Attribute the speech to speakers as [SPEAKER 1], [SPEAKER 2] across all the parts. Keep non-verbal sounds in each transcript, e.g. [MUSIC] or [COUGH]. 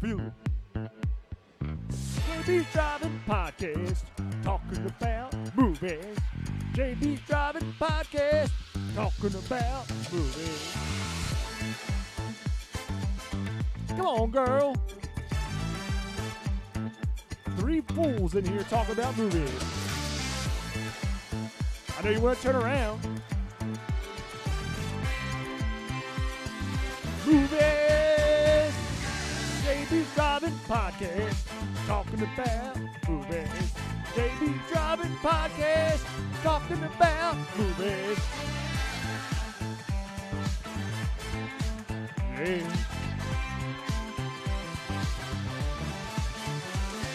[SPEAKER 1] Fuel. JB's Driving Podcast, talking about movies. JB's Driving Podcast, talking about movies. Come on, girl. Three fools in here talking about movies. I know you want to turn around. Movies. JB Driving Podcast. Talking about movies. JB Driving Podcast. Talking about movies. Yeah.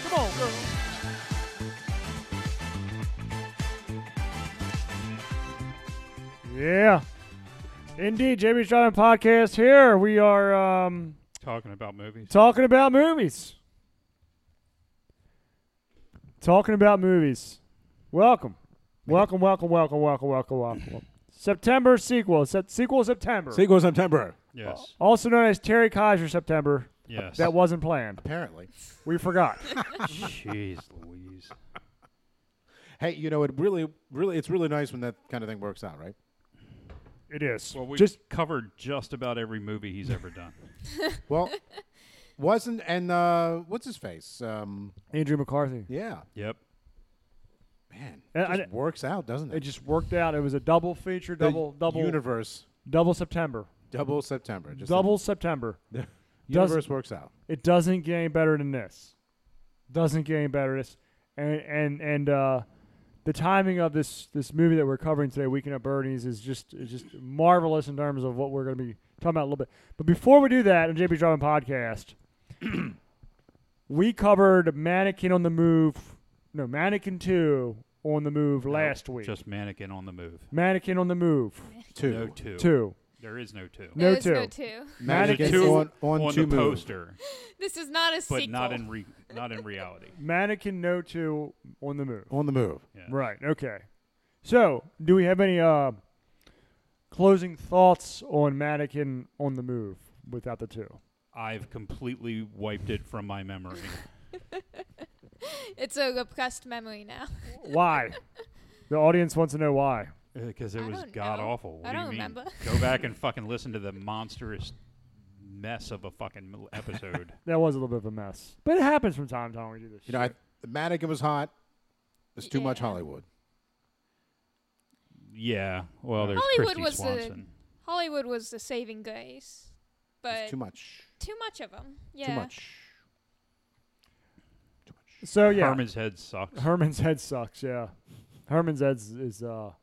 [SPEAKER 1] Come on, girl. Yeah. Indeed, JB's Driving Podcast here. We are um,
[SPEAKER 2] talking about movies.
[SPEAKER 1] talking about movies. Talking about movies. Welcome. Welcome, welcome, welcome, welcome, welcome, welcome. September sequel. Se- sequel September.
[SPEAKER 3] Sequel September.
[SPEAKER 2] Yes.
[SPEAKER 1] Also known as Terry Kaiser September.
[SPEAKER 2] Yes.
[SPEAKER 1] That wasn't planned.
[SPEAKER 3] Apparently.
[SPEAKER 1] We forgot.
[SPEAKER 2] Jeez Louise.
[SPEAKER 3] Hey, you know, it really, really, it's really nice when that kind of thing works out, right?
[SPEAKER 1] It is.
[SPEAKER 2] Well, we
[SPEAKER 1] Just
[SPEAKER 2] just covered just about every movie he's ever done.
[SPEAKER 3] Well, wasn't, and uh, what's his face? Um,
[SPEAKER 1] Andrew McCarthy.
[SPEAKER 3] yeah,
[SPEAKER 2] yep.
[SPEAKER 3] man. It
[SPEAKER 1] And I-
[SPEAKER 3] just works out, doesn't it?
[SPEAKER 1] It just worked out. It was a double feature,
[SPEAKER 3] The
[SPEAKER 1] double, double,
[SPEAKER 3] Universe,
[SPEAKER 1] double September,
[SPEAKER 3] double September. Just
[SPEAKER 1] double September.
[SPEAKER 3] The
[SPEAKER 1] does-
[SPEAKER 3] universe works out.
[SPEAKER 1] It doesn't get any better than this. Doesn't get any better. This and and and uh, the timing of this this movie that we're covering today, Weekend at Bernie's, is just is just marvelous in terms of what we're going to be talking about a little bit. But before we do that, on JP Driving
[SPEAKER 2] [CLEARS THROAT]
[SPEAKER 1] Podcast, we covered Mannequin on the Move. No, Mannequin Two on the Move last week.
[SPEAKER 2] Just mannequin on the move.
[SPEAKER 1] Mannequin on the Move
[SPEAKER 3] Two.
[SPEAKER 2] No two.
[SPEAKER 1] Two.
[SPEAKER 2] There is no two.
[SPEAKER 1] No
[SPEAKER 4] there is no
[SPEAKER 1] two.
[SPEAKER 4] two. [LAUGHS]
[SPEAKER 3] Mannequin
[SPEAKER 4] Mannequin
[SPEAKER 3] on, on,
[SPEAKER 2] on
[SPEAKER 3] two
[SPEAKER 2] the
[SPEAKER 3] moves.
[SPEAKER 2] poster,
[SPEAKER 4] This is not a
[SPEAKER 2] but
[SPEAKER 4] sequel.
[SPEAKER 2] not in re- not in reality.
[SPEAKER 1] Mannequin No Two on the Move.
[SPEAKER 3] On the move.
[SPEAKER 2] Yeah.
[SPEAKER 1] Right. Okay. So, do we have any uh, closing thoughts on Mannequin on the Move without the two?
[SPEAKER 2] I've completely wiped it from my memory.
[SPEAKER 4] it's a repressed memory now. [LAUGHS]
[SPEAKER 1] Why? the audience wants to know why.
[SPEAKER 2] Because it
[SPEAKER 4] I
[SPEAKER 2] was
[SPEAKER 4] don't know.
[SPEAKER 2] god awful. What
[SPEAKER 4] I
[SPEAKER 2] do you
[SPEAKER 4] don't
[SPEAKER 2] mean?
[SPEAKER 4] remember.
[SPEAKER 2] Go back
[SPEAKER 4] [LAUGHS]
[SPEAKER 2] and fucking listen to the monstrous mess of a fucking m- episode.
[SPEAKER 1] That was a little bit of a mess, but it happens from time to time. We do this.
[SPEAKER 3] You know, I,
[SPEAKER 1] shit.
[SPEAKER 3] Madigan was hot. It's too much
[SPEAKER 4] Yeah.
[SPEAKER 3] Hollywood.
[SPEAKER 2] yeah. Well, there's
[SPEAKER 4] Hollywood
[SPEAKER 2] Christy
[SPEAKER 4] was the-
[SPEAKER 2] Swanson.
[SPEAKER 4] Hollywood was the saving grace, but
[SPEAKER 3] It's too
[SPEAKER 4] too,
[SPEAKER 3] much.
[SPEAKER 4] much of them. Yeah.
[SPEAKER 3] Too much. Too much.
[SPEAKER 1] so Oh, yeah,
[SPEAKER 2] Herman's head sucks.
[SPEAKER 1] Herman's head sucks. Yeah, Herman's head is uh,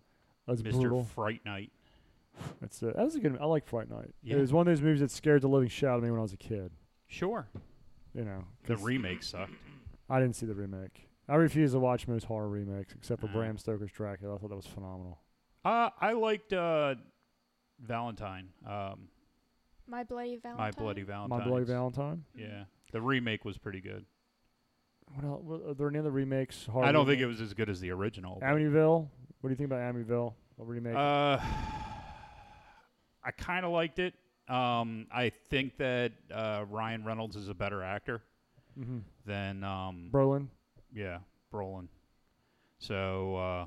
[SPEAKER 1] is
[SPEAKER 2] Mr.
[SPEAKER 1] brutal.
[SPEAKER 2] Fright Night.
[SPEAKER 1] That's it. That was a good. I like Fright Night.
[SPEAKER 2] Yeah.
[SPEAKER 1] It was one of those movies that scared the living shit out of me when I was a kid.
[SPEAKER 2] Sure.
[SPEAKER 1] You know,
[SPEAKER 2] The
[SPEAKER 1] 'cause
[SPEAKER 2] remake sucked.
[SPEAKER 1] I didn't see the remake. I refuse to watch most horror remakes except for
[SPEAKER 2] Uh.
[SPEAKER 1] Bram Stoker's Dracula. I thought that was phenomenal.
[SPEAKER 2] Uh, I liked uh, Valentine. Um,
[SPEAKER 4] My bloody Valentine. Mm.
[SPEAKER 2] My Bloody Valentine.
[SPEAKER 1] My Bloody Valentine.
[SPEAKER 2] Yeah, the remake was pretty good.
[SPEAKER 1] What else? what- Are there any other remakes? Horror
[SPEAKER 2] I don't think it was as good as the original. but,
[SPEAKER 1] Amityville. What do you think about Amityville? A remake.
[SPEAKER 2] Uh, I kind of liked it. Um, I think that uh, Ryan Reynolds is a better actor
[SPEAKER 1] mm-hmm.
[SPEAKER 2] than um,
[SPEAKER 1] Brolin.
[SPEAKER 2] yeah Brolin. So uh,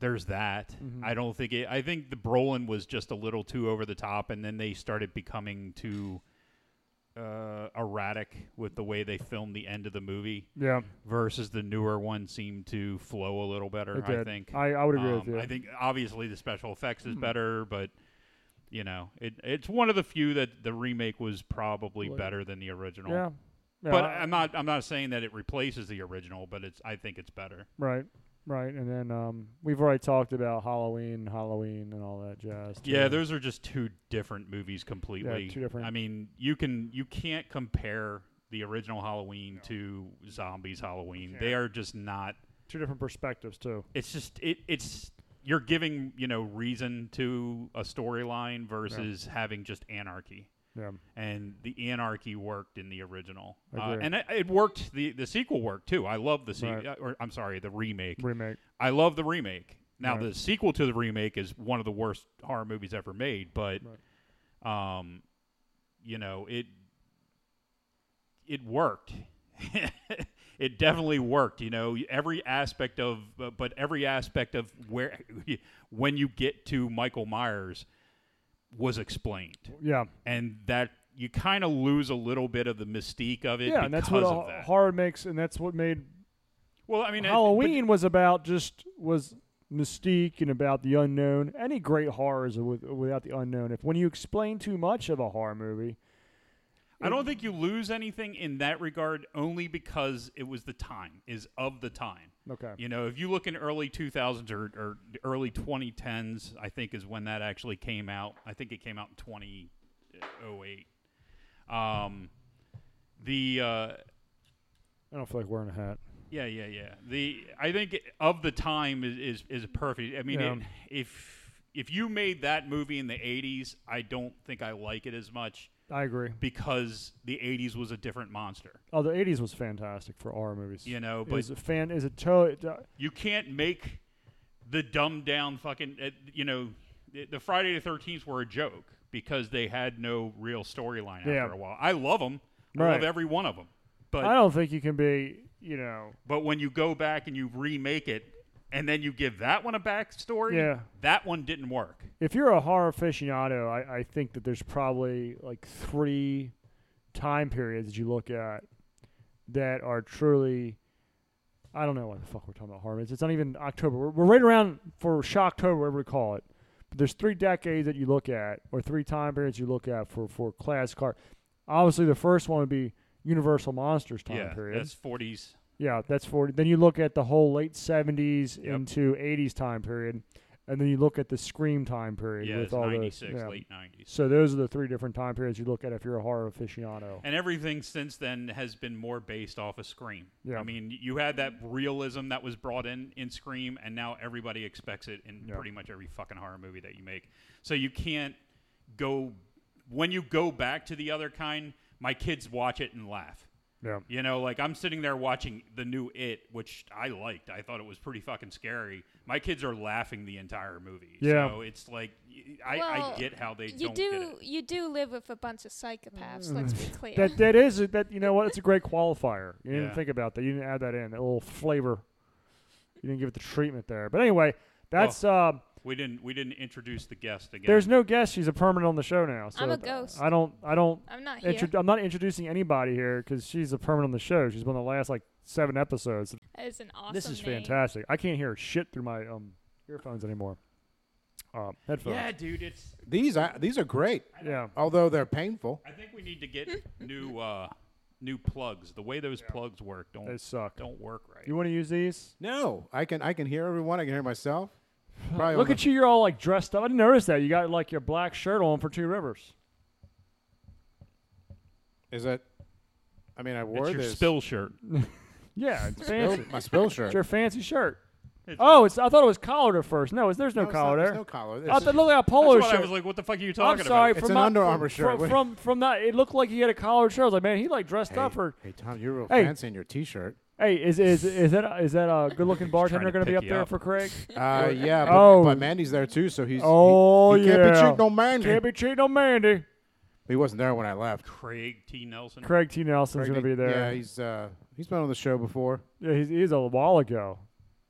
[SPEAKER 2] there's that.
[SPEAKER 1] Mhm.
[SPEAKER 2] I don't think it. I think the Brolin was just a little too over the top, and then they started becoming too uh, erratic with the way they filmed the end of the movie.
[SPEAKER 1] Yeah,
[SPEAKER 2] Versus the newer one seemed to flow a little better.
[SPEAKER 1] it
[SPEAKER 2] I
[SPEAKER 1] did.
[SPEAKER 2] think.
[SPEAKER 1] I, I would agree with
[SPEAKER 2] Um,
[SPEAKER 1] you.
[SPEAKER 2] I think obviously the special effects is
[SPEAKER 1] Hmm.
[SPEAKER 2] better, but you know, it it's one of the few that the remake was probably
[SPEAKER 1] Well,
[SPEAKER 2] better than the original.
[SPEAKER 1] yeah. Yeah,
[SPEAKER 2] But um,
[SPEAKER 1] I-
[SPEAKER 2] I'm not I'm not saying that it replaces the original, but it's I think it's better.
[SPEAKER 1] right, right. And then um, we've already talked about Halloween, Halloween, and all that jazz. too.
[SPEAKER 2] Yeah, those are just two different movies completely.
[SPEAKER 1] two different-
[SPEAKER 2] I mean, you can you can't compare the original Halloween to Zombies Halloween. They are just not
[SPEAKER 1] two different perspectives too.
[SPEAKER 2] it's just it it's you're giving, you know, reason to a storyline versus having just anarchy.
[SPEAKER 1] Yeah,
[SPEAKER 2] and the anarchy worked in the original, uh,
[SPEAKER 1] Agree.
[SPEAKER 2] and it, it worked. the The sequel worked too. I love the sequel,
[SPEAKER 1] Right.
[SPEAKER 2] or I'm sorry, the remake.
[SPEAKER 1] remake.
[SPEAKER 2] I love the remake. Now
[SPEAKER 1] Right.
[SPEAKER 2] the sequel to the remake is one of the worst horror movies ever made, but, um, you know it. it worked. [LAUGHS] it definitely worked. You know, every aspect of, but, but every aspect of where, [LAUGHS] when you get to Michael Myers, was explained,
[SPEAKER 1] Yeah.
[SPEAKER 2] and that you kind of lose a little bit of the mystique of it
[SPEAKER 1] yeah,
[SPEAKER 2] because
[SPEAKER 1] and that's what
[SPEAKER 2] of
[SPEAKER 1] a-
[SPEAKER 2] that.
[SPEAKER 1] horror makes, and that's what made
[SPEAKER 2] well, I mean, I- but-
[SPEAKER 1] Halloween was about just was mystique and about the unknown. Any great horror is with, without the unknown. If when you explain too much of a horror movie,
[SPEAKER 2] I don't think you lose anything in that regard, only because it was the time is of the time.
[SPEAKER 1] okay,
[SPEAKER 2] You know, if you look in early 2000s or, or the early 2010s, I think is when that actually came out. I think it came out in 2008. Um, the uh,
[SPEAKER 1] I don't feel like wearing a hat.
[SPEAKER 2] yeah, yeah, yeah. The I think of the time is is, is perfect. I mean,
[SPEAKER 1] Yeah.
[SPEAKER 2] it, if if you made that movie in the 80s, I don't think I like it as much
[SPEAKER 1] I agree.
[SPEAKER 2] because the 80s was a different monster.
[SPEAKER 1] Oh, the '80s was fantastic for horror movies.
[SPEAKER 2] You know,
[SPEAKER 1] It
[SPEAKER 2] but
[SPEAKER 1] was a fan is a to-
[SPEAKER 2] You can't make the dumbed down fucking, uh, you know, the, the Friday the 13th were a joke because they had no real storyline after
[SPEAKER 1] Yeah.
[SPEAKER 2] a while. I love them. I
[SPEAKER 1] Right.
[SPEAKER 2] love every one of them. But,
[SPEAKER 1] I don't think you can be, you know,
[SPEAKER 2] but when you go back and you remake it and then you give that one a backstory,
[SPEAKER 1] Yeah.
[SPEAKER 2] that one didn't work.
[SPEAKER 1] if you're a horror aficionado, I, I think that there's probably like three time periods that you look at that are truly. I don't know why the fuck we're talking about horror. It's, it's not even October. We're, we're right around for Shocktober, whatever we call it. But there's three decades that you look at, or three time periods you look at for, for classic horror. Obviously, the first one would be Universal Monsters time
[SPEAKER 2] yeah.
[SPEAKER 1] period.
[SPEAKER 2] That's 40s.
[SPEAKER 1] Yeah, that's 40. Then you look at the whole late 70s
[SPEAKER 2] Yep.
[SPEAKER 1] into 80s time period, and then you look at the Scream time period
[SPEAKER 2] Yeah,
[SPEAKER 1] with
[SPEAKER 2] it's
[SPEAKER 1] all
[SPEAKER 2] 96,
[SPEAKER 1] those. yeah.
[SPEAKER 2] late 90s.
[SPEAKER 1] So those are the three different time periods you look at if you're a horror aficionado.
[SPEAKER 2] And everything since then has been more based off of Scream.
[SPEAKER 1] Yeah.
[SPEAKER 2] I mean, you had that realism that was brought in in Scream, and now everybody expects it in
[SPEAKER 1] Yeah.
[SPEAKER 2] pretty much every fucking horror movie that you make. So you can't go when you go back to the other kind. My kids watch it and laugh. [LAUGHS]
[SPEAKER 1] Yeah.
[SPEAKER 2] You know, like I'm sitting there watching the new It, which I liked. I thought it was pretty fucking scary. My kids are laughing the entire movie.
[SPEAKER 1] Yeah.
[SPEAKER 2] So it's like y- I, I
[SPEAKER 4] Well,
[SPEAKER 2] get how they
[SPEAKER 4] You
[SPEAKER 2] don't get it.
[SPEAKER 4] do you do live with a bunch of psychopaths.
[SPEAKER 1] [LAUGHS]
[SPEAKER 4] let's be clear.
[SPEAKER 1] Mm. That that is that you know what? It's a great qualifier. You didn't
[SPEAKER 2] Yeah.
[SPEAKER 1] think about that. You didn't add that in. That little flavor. You didn't give it the treatment there. But anyway, that's
[SPEAKER 2] Oh,
[SPEAKER 1] uh,
[SPEAKER 2] We didn't we didn't introduce the guest again.
[SPEAKER 1] there's no guest. She's a permanent on the show now. So
[SPEAKER 4] I'm a
[SPEAKER 1] th-
[SPEAKER 4] ghost.
[SPEAKER 1] I don't. I don't.
[SPEAKER 4] I'm not here.
[SPEAKER 1] Intro- I'm not introducing anybody here because she's a permanent on the show. She's been on the last like seven episodes.
[SPEAKER 4] that is an awesome.
[SPEAKER 1] This is
[SPEAKER 4] name.
[SPEAKER 1] fantastic. I can't hear shit through my um, earphones anymore. Uh, headphones.
[SPEAKER 2] yeah, dude, it's
[SPEAKER 3] These are these are great,
[SPEAKER 1] Yeah.
[SPEAKER 3] although they're painful.
[SPEAKER 2] I think we need to get new uh, new plugs. The way those plugs work don't
[SPEAKER 1] They suck.
[SPEAKER 2] don't work right.
[SPEAKER 1] You want to use these?
[SPEAKER 3] No, I can I can hear everyone. I can hear myself. Probably
[SPEAKER 1] Look
[SPEAKER 3] on
[SPEAKER 1] at you. You're all like dressed up. I didn't notice that. You got like your black shirt on for Two Rivers.
[SPEAKER 3] the- Is it? I mean, I wore
[SPEAKER 2] it's your
[SPEAKER 3] this.
[SPEAKER 2] spill shirt.
[SPEAKER 1] Yeah, it's
[SPEAKER 3] Spill-
[SPEAKER 1] fancy.
[SPEAKER 3] my spill
[SPEAKER 1] it's
[SPEAKER 3] shirt.
[SPEAKER 1] your fancy shirt.
[SPEAKER 2] It's-
[SPEAKER 1] Oh, it's. I thought it was collared at first. No, it's, there's no,
[SPEAKER 3] it's not-
[SPEAKER 1] collar
[SPEAKER 3] there's
[SPEAKER 1] there.
[SPEAKER 3] No collar.
[SPEAKER 1] I
[SPEAKER 3] It's
[SPEAKER 1] thought
[SPEAKER 3] just-
[SPEAKER 1] look at that
[SPEAKER 2] That's
[SPEAKER 1] polo
[SPEAKER 2] what
[SPEAKER 1] shirt.
[SPEAKER 2] I was like, what the fuck are you
[SPEAKER 1] I'm
[SPEAKER 2] talking
[SPEAKER 1] sorry.
[SPEAKER 2] about?
[SPEAKER 1] from
[SPEAKER 3] It's an
[SPEAKER 1] my,
[SPEAKER 3] Under
[SPEAKER 1] from,
[SPEAKER 3] Armour shirt.
[SPEAKER 1] From, from from that, it looked like he had a collared shirt. I was like, man, he like dressed
[SPEAKER 3] hey,
[SPEAKER 1] up for.
[SPEAKER 3] hey, Tom, you're real
[SPEAKER 1] Hey.
[SPEAKER 3] fancy in
[SPEAKER 1] [LAUGHS]
[SPEAKER 3] your T-shirt.
[SPEAKER 1] Hey, is is is that is that a good [LAUGHS] looking bartender
[SPEAKER 2] to
[SPEAKER 1] going to be
[SPEAKER 2] pick
[SPEAKER 1] up
[SPEAKER 2] you
[SPEAKER 1] there
[SPEAKER 2] up.
[SPEAKER 1] for [LAUGHS] Craig?
[SPEAKER 3] Uh, yeah, but,
[SPEAKER 1] Oh.
[SPEAKER 3] but Mandy's there too, so he's he-
[SPEAKER 1] Oh,
[SPEAKER 3] he, can't
[SPEAKER 1] yeah.
[SPEAKER 3] be cheating on Mandy.
[SPEAKER 1] Can't be cheating on Mandy.
[SPEAKER 3] He wasn't there when I left.
[SPEAKER 2] Craig T. Nelson.
[SPEAKER 1] Craig T. Nelson's going to be
[SPEAKER 3] Yeah,
[SPEAKER 1] there.
[SPEAKER 3] he's uh, he's been on the show before.
[SPEAKER 1] Yeah, he's, he's a while ago.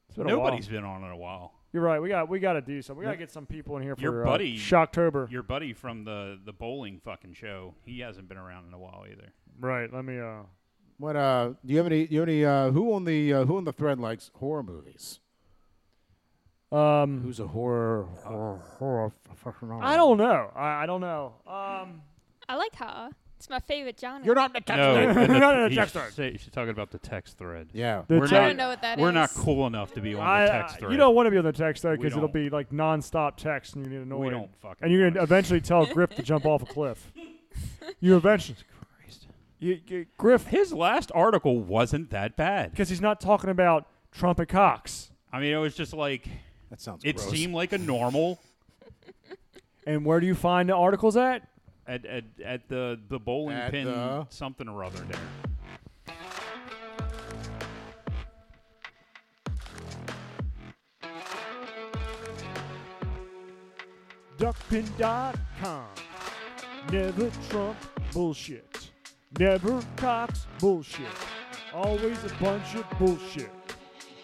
[SPEAKER 1] It's been a while.
[SPEAKER 2] Nobody's been on in a while.
[SPEAKER 1] You're right. We got we got to do something. We got to get some people in here for
[SPEAKER 2] Your
[SPEAKER 1] uh,
[SPEAKER 2] buddy-
[SPEAKER 1] Shocktober.
[SPEAKER 2] Your buddy from the the bowling fucking show. He hasn't been around in a while either.
[SPEAKER 1] Right. Let me. Uh,
[SPEAKER 3] What uh? Do you have any? You have any? Uh, who on the uh, who on the thread likes horror movies?
[SPEAKER 1] um,
[SPEAKER 3] Who's a horror horror horror? aficionado?
[SPEAKER 1] I don't know. I, I don't know. Um,
[SPEAKER 4] I like horror. It's my favorite genre.
[SPEAKER 3] You're not the text.
[SPEAKER 1] [LAUGHS]
[SPEAKER 2] No,
[SPEAKER 1] thread.
[SPEAKER 2] [LAUGHS]
[SPEAKER 1] No, no, no,
[SPEAKER 2] he's-
[SPEAKER 1] text thread.
[SPEAKER 2] say- She's talking about the text thread.
[SPEAKER 3] Yeah.
[SPEAKER 1] the
[SPEAKER 2] We're
[SPEAKER 4] I
[SPEAKER 2] not-
[SPEAKER 4] don't know what that is.
[SPEAKER 2] We're not cool enough to be on
[SPEAKER 1] I,
[SPEAKER 2] the text
[SPEAKER 1] I-
[SPEAKER 2] thread.
[SPEAKER 1] you don't want to be on the text though
[SPEAKER 2] We
[SPEAKER 1] because it'll
[SPEAKER 2] don't.
[SPEAKER 1] be like nonstop text and you get annoyed.
[SPEAKER 2] we don't fucking.
[SPEAKER 1] And you're
[SPEAKER 2] want
[SPEAKER 1] gonna
[SPEAKER 2] it.
[SPEAKER 1] eventually tell Griff to jump off a [LAUGHS] cliff. You eventually.
[SPEAKER 2] Christ.
[SPEAKER 1] You, you, Griff,
[SPEAKER 2] His last article wasn't that bad.
[SPEAKER 1] because he's not talking about trumpet cocks
[SPEAKER 2] I mean, it was just like
[SPEAKER 3] That sounds.
[SPEAKER 2] it
[SPEAKER 3] gross.
[SPEAKER 2] seemed like a normal
[SPEAKER 1] and where do you find the articles at?
[SPEAKER 2] at at, at the the bowling
[SPEAKER 3] At
[SPEAKER 2] pin
[SPEAKER 3] the-
[SPEAKER 2] something or other there.
[SPEAKER 1] duckpin.com. Never Trump bullshit. Never Cox bullshit. Always a bunch of bullshit.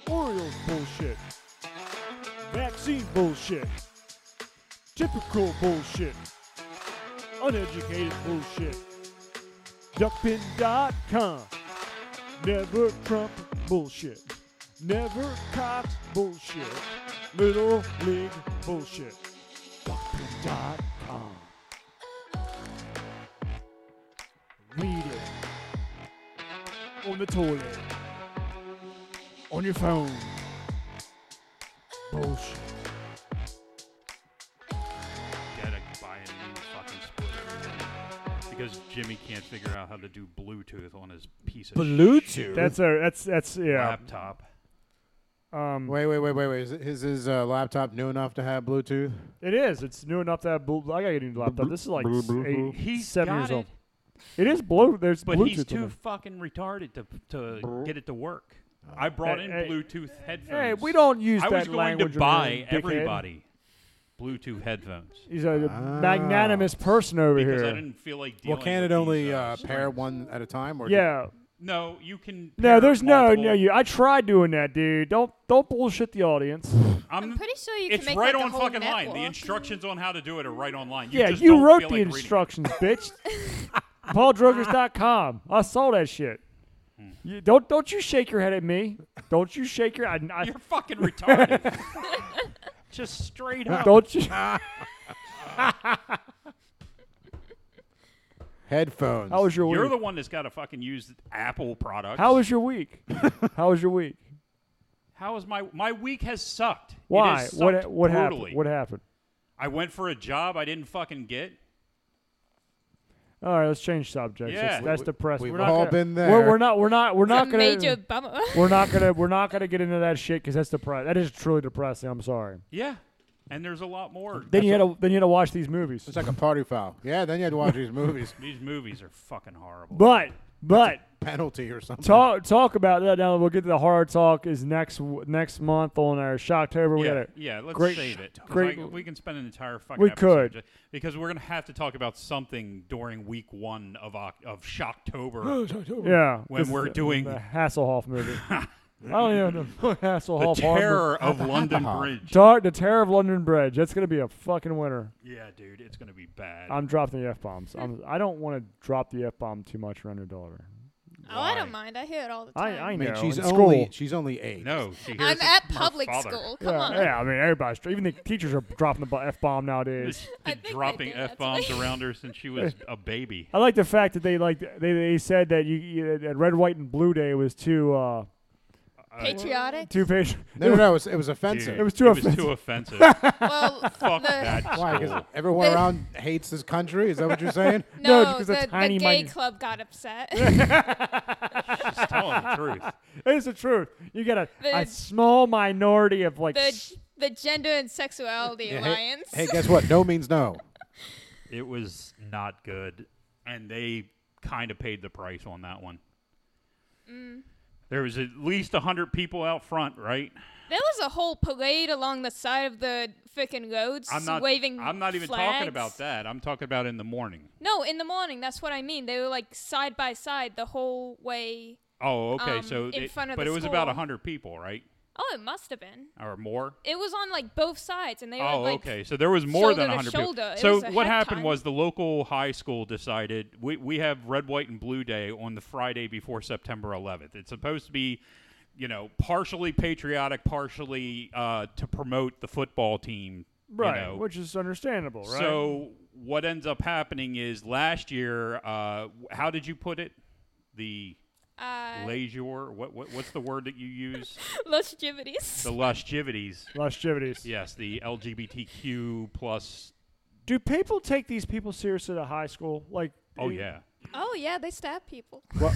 [SPEAKER 1] Orioles bullshit. Vaccine bullshit. Typical bullshit. Uneducated bullshit. Duckpin.com. Never Trump bullshit. Never Cox bullshit. Little League bullshit. Duckpin.com. Read it. On the toilet. On your phone. Bullshit.
[SPEAKER 2] Gotta buy a new fucking splitter because Jimmy can't figure out how to do Bluetooth on his piece of
[SPEAKER 3] Bluetooth.
[SPEAKER 1] That's a that's that's yeah.
[SPEAKER 2] laptop.
[SPEAKER 1] Um,
[SPEAKER 3] Wait, wait, wait, wait, wait. Is is his uh, laptop new enough to have Bluetooth?
[SPEAKER 1] it is. It's new enough to have. Blu- I gotta get a new laptop. This is like
[SPEAKER 3] Blue- blue- blue.
[SPEAKER 1] eight,
[SPEAKER 2] He's
[SPEAKER 1] seven
[SPEAKER 2] got
[SPEAKER 1] years
[SPEAKER 2] it,
[SPEAKER 1] old. It is blue. There's
[SPEAKER 2] but
[SPEAKER 1] Bluetooth.
[SPEAKER 2] he's
[SPEAKER 1] on
[SPEAKER 2] too
[SPEAKER 1] it.
[SPEAKER 2] fucking retarded to to get it to work. I brought
[SPEAKER 1] Oh. Hey,
[SPEAKER 2] in
[SPEAKER 1] hey.
[SPEAKER 2] Bluetooth headphones.
[SPEAKER 1] Hey, we don't use
[SPEAKER 2] I
[SPEAKER 1] that
[SPEAKER 2] was going to
[SPEAKER 1] language. around
[SPEAKER 2] buy
[SPEAKER 1] here, dickhead.
[SPEAKER 2] everybody Bluetooth headphones
[SPEAKER 1] He's a magnanimous person over
[SPEAKER 2] Ah. because I
[SPEAKER 1] here.
[SPEAKER 2] didn't feel like
[SPEAKER 3] Well,
[SPEAKER 2] dealing.
[SPEAKER 3] can
[SPEAKER 2] with
[SPEAKER 3] it only
[SPEAKER 2] these,
[SPEAKER 3] uh,
[SPEAKER 2] strings.
[SPEAKER 3] pair one at a time? Or do-
[SPEAKER 1] Yeah.
[SPEAKER 2] No, you can.
[SPEAKER 1] No,
[SPEAKER 2] pair
[SPEAKER 1] there's no
[SPEAKER 2] multiple-
[SPEAKER 1] no you. I tried doing that, dude. Don't don't bullshit the audience.
[SPEAKER 4] I'm pretty sure you
[SPEAKER 2] it's
[SPEAKER 4] can make
[SPEAKER 2] right
[SPEAKER 4] like, a
[SPEAKER 2] on
[SPEAKER 4] whole
[SPEAKER 2] fucking
[SPEAKER 4] network.
[SPEAKER 2] line. The instructions on how to do it are right online. You
[SPEAKER 1] yeah,
[SPEAKER 2] just
[SPEAKER 1] you
[SPEAKER 2] don't
[SPEAKER 1] wrote
[SPEAKER 2] feel
[SPEAKER 1] the
[SPEAKER 2] like reading it. [LAUGHS]
[SPEAKER 1] instructions, bitch. PaulDrogers.com. I saw that shit.
[SPEAKER 2] Hmm.
[SPEAKER 1] You, don't don't you shake your head at me. Don't you shake your. I, I,
[SPEAKER 2] You're fucking retarded. just straight
[SPEAKER 1] [LAUGHS]
[SPEAKER 2] up.
[SPEAKER 1] don't you.
[SPEAKER 3] headphones.
[SPEAKER 1] How was your
[SPEAKER 2] You're
[SPEAKER 1] week?
[SPEAKER 2] the one that's got to fucking use Apple products.
[SPEAKER 1] How was your
[SPEAKER 2] [LAUGHS]
[SPEAKER 1] week? How was your week?
[SPEAKER 2] How is my my week has sucked. It
[SPEAKER 1] Why?
[SPEAKER 2] has
[SPEAKER 1] What
[SPEAKER 2] sucked
[SPEAKER 1] what
[SPEAKER 2] brutally.
[SPEAKER 1] happened? What happened?
[SPEAKER 2] I went for a job I didn't fucking get.
[SPEAKER 1] All right, let's change subjects.
[SPEAKER 2] Yeah.
[SPEAKER 1] That's, that's
[SPEAKER 3] We-
[SPEAKER 1] depressing.
[SPEAKER 3] we've
[SPEAKER 1] We're not
[SPEAKER 3] all
[SPEAKER 1] gonna-
[SPEAKER 3] been
[SPEAKER 1] We're,
[SPEAKER 3] there.
[SPEAKER 1] we're not. We're not. We're not
[SPEAKER 4] a
[SPEAKER 1] gonna.
[SPEAKER 4] major bummer. [LAUGHS]
[SPEAKER 1] We're not gonna. We're not gonna get into that shit because that's depressing. That is truly depressing. I'm sorry.
[SPEAKER 2] Yeah, and there's a lot more.
[SPEAKER 1] Then you had to. Then you had to watch these movies.
[SPEAKER 3] It's like a party foul. Yeah, then you had to watch these movies. [LAUGHS]
[SPEAKER 2] These movies are fucking horrible.
[SPEAKER 1] But but
[SPEAKER 3] Penalty or something.
[SPEAKER 1] talk talk about that. Now we'll get to the horror talk. Is next w- next month on our Shocktober. We
[SPEAKER 2] yeah,
[SPEAKER 1] got it.
[SPEAKER 2] yeah, let's
[SPEAKER 1] great-
[SPEAKER 2] save it. 'cause
[SPEAKER 1] great-
[SPEAKER 2] I- we can spend an entire fucking.
[SPEAKER 1] We could.
[SPEAKER 2] episode ju- because we're gonna have to talk about something during week one of Oc- of Shocktober.
[SPEAKER 1] Yeah,
[SPEAKER 2] When
[SPEAKER 1] 'cause
[SPEAKER 2] we're
[SPEAKER 1] the-
[SPEAKER 2] doing-
[SPEAKER 1] the Hasselhoff
[SPEAKER 2] [LAUGHS]
[SPEAKER 1] movie. I don't even know [LAUGHS]
[SPEAKER 2] the
[SPEAKER 1] Hasselhoff. Harper.
[SPEAKER 2] terror of
[SPEAKER 1] [LAUGHS]
[SPEAKER 2] London
[SPEAKER 1] Uh-huh.
[SPEAKER 2] Bridge.
[SPEAKER 1] Tar- the Terror of London Bridge. That's gonna be a fucking winner.
[SPEAKER 2] Yeah, dude, it's gonna be bad.
[SPEAKER 1] I'm dropping the f bombs. I'm. I don't want to drop the f bomb too much or underdeliver.
[SPEAKER 4] Oh, I
[SPEAKER 2] Why?
[SPEAKER 4] don't mind. I hear it all the
[SPEAKER 1] I.
[SPEAKER 4] time.
[SPEAKER 1] I
[SPEAKER 3] I
[SPEAKER 1] know.
[SPEAKER 3] mean, she's
[SPEAKER 1] in
[SPEAKER 3] only
[SPEAKER 1] school.
[SPEAKER 3] she's only eight.
[SPEAKER 2] no, she hears
[SPEAKER 4] am
[SPEAKER 2] it
[SPEAKER 4] at
[SPEAKER 2] from her
[SPEAKER 4] public
[SPEAKER 2] father.
[SPEAKER 4] school. Come on.
[SPEAKER 1] Yeah, yeah, I mean, everybody's even the teachers are dropping the f bomb nowadays.
[SPEAKER 2] She's [LAUGHS]
[SPEAKER 4] [LAUGHS] I
[SPEAKER 2] been
[SPEAKER 4] think they
[SPEAKER 2] dropping
[SPEAKER 4] do, that's
[SPEAKER 2] f bombs
[SPEAKER 4] why.
[SPEAKER 2] around her since she was a baby.
[SPEAKER 1] I like the fact that they like they, they said that you, you that red, white, and blue day was too uh [LAUGHS]
[SPEAKER 4] Patriotic.
[SPEAKER 1] too patient.
[SPEAKER 3] no, no, no. It was, it was offensive.
[SPEAKER 2] Dude,
[SPEAKER 1] It was too
[SPEAKER 2] It was too
[SPEAKER 1] [LAUGHS]
[SPEAKER 2] offensive.
[SPEAKER 4] well,
[SPEAKER 2] [LAUGHS] Fuck
[SPEAKER 4] the,
[SPEAKER 2] that school.
[SPEAKER 3] Why? Because everyone
[SPEAKER 4] The-
[SPEAKER 3] around hates this country. Is that what you're saying?
[SPEAKER 1] No,
[SPEAKER 4] no,
[SPEAKER 1] because
[SPEAKER 4] the,
[SPEAKER 1] a tiny
[SPEAKER 4] the gay
[SPEAKER 1] minor-
[SPEAKER 4] club
[SPEAKER 2] [LAUGHS]
[SPEAKER 4] got upset.
[SPEAKER 2] Just tell him the truth.
[SPEAKER 1] It's the truth. You got a, a
[SPEAKER 4] The-
[SPEAKER 1] small minority of like s-
[SPEAKER 4] the the Gender and Sexuality
[SPEAKER 3] Yeah, hey,
[SPEAKER 4] Alliance.
[SPEAKER 3] hey, guess what? No means no.
[SPEAKER 2] It was not good, and they kind of paid the price on that one.
[SPEAKER 4] Mm.
[SPEAKER 2] There was at least hundred people out front, right?
[SPEAKER 4] There was a whole parade along the side of the frickin' roads
[SPEAKER 2] I'm not
[SPEAKER 4] waving
[SPEAKER 2] I'm not even
[SPEAKER 4] flags.
[SPEAKER 2] talking about that. I'm talking about in the morning.
[SPEAKER 4] No, in the morning, that's what I mean. They were like side by side the whole way.
[SPEAKER 2] Oh, okay.
[SPEAKER 4] Um,
[SPEAKER 2] so,
[SPEAKER 4] in
[SPEAKER 2] it-
[SPEAKER 4] front of
[SPEAKER 2] but
[SPEAKER 4] the
[SPEAKER 2] it was about
[SPEAKER 4] school.
[SPEAKER 2] hundred people, right,
[SPEAKER 4] Oh, it must have been.
[SPEAKER 2] or more.
[SPEAKER 4] It was on like both sides and they
[SPEAKER 2] Oh,
[SPEAKER 4] were like
[SPEAKER 2] okay. So there was more than
[SPEAKER 4] shoulder to
[SPEAKER 2] 100 people.
[SPEAKER 4] shoulder. It
[SPEAKER 2] So
[SPEAKER 4] was a
[SPEAKER 2] what
[SPEAKER 4] head
[SPEAKER 2] happened
[SPEAKER 4] time.
[SPEAKER 2] was the local high school decided we, we have red, white, and blue day on the Friday before September 11th. It's supposed to be, you know, partially patriotic, partially uh, to promote the football team. you
[SPEAKER 1] right,
[SPEAKER 2] know.
[SPEAKER 1] which is understandable, right?
[SPEAKER 2] So what ends up happening is last year, uh, w- how did you put it? The
[SPEAKER 4] uh, [LAUGHS]
[SPEAKER 2] leisure. What, what what's the word that you use?
[SPEAKER 4] lascivities. [LAUGHS]
[SPEAKER 2] the lustivities.
[SPEAKER 1] Lastivities.
[SPEAKER 2] Yes, the LGBTQ plus.
[SPEAKER 1] Do people take these people seriously at high school? Like,
[SPEAKER 2] Oh
[SPEAKER 1] you-
[SPEAKER 2] yeah.
[SPEAKER 4] Oh yeah, they stab people.
[SPEAKER 3] Well,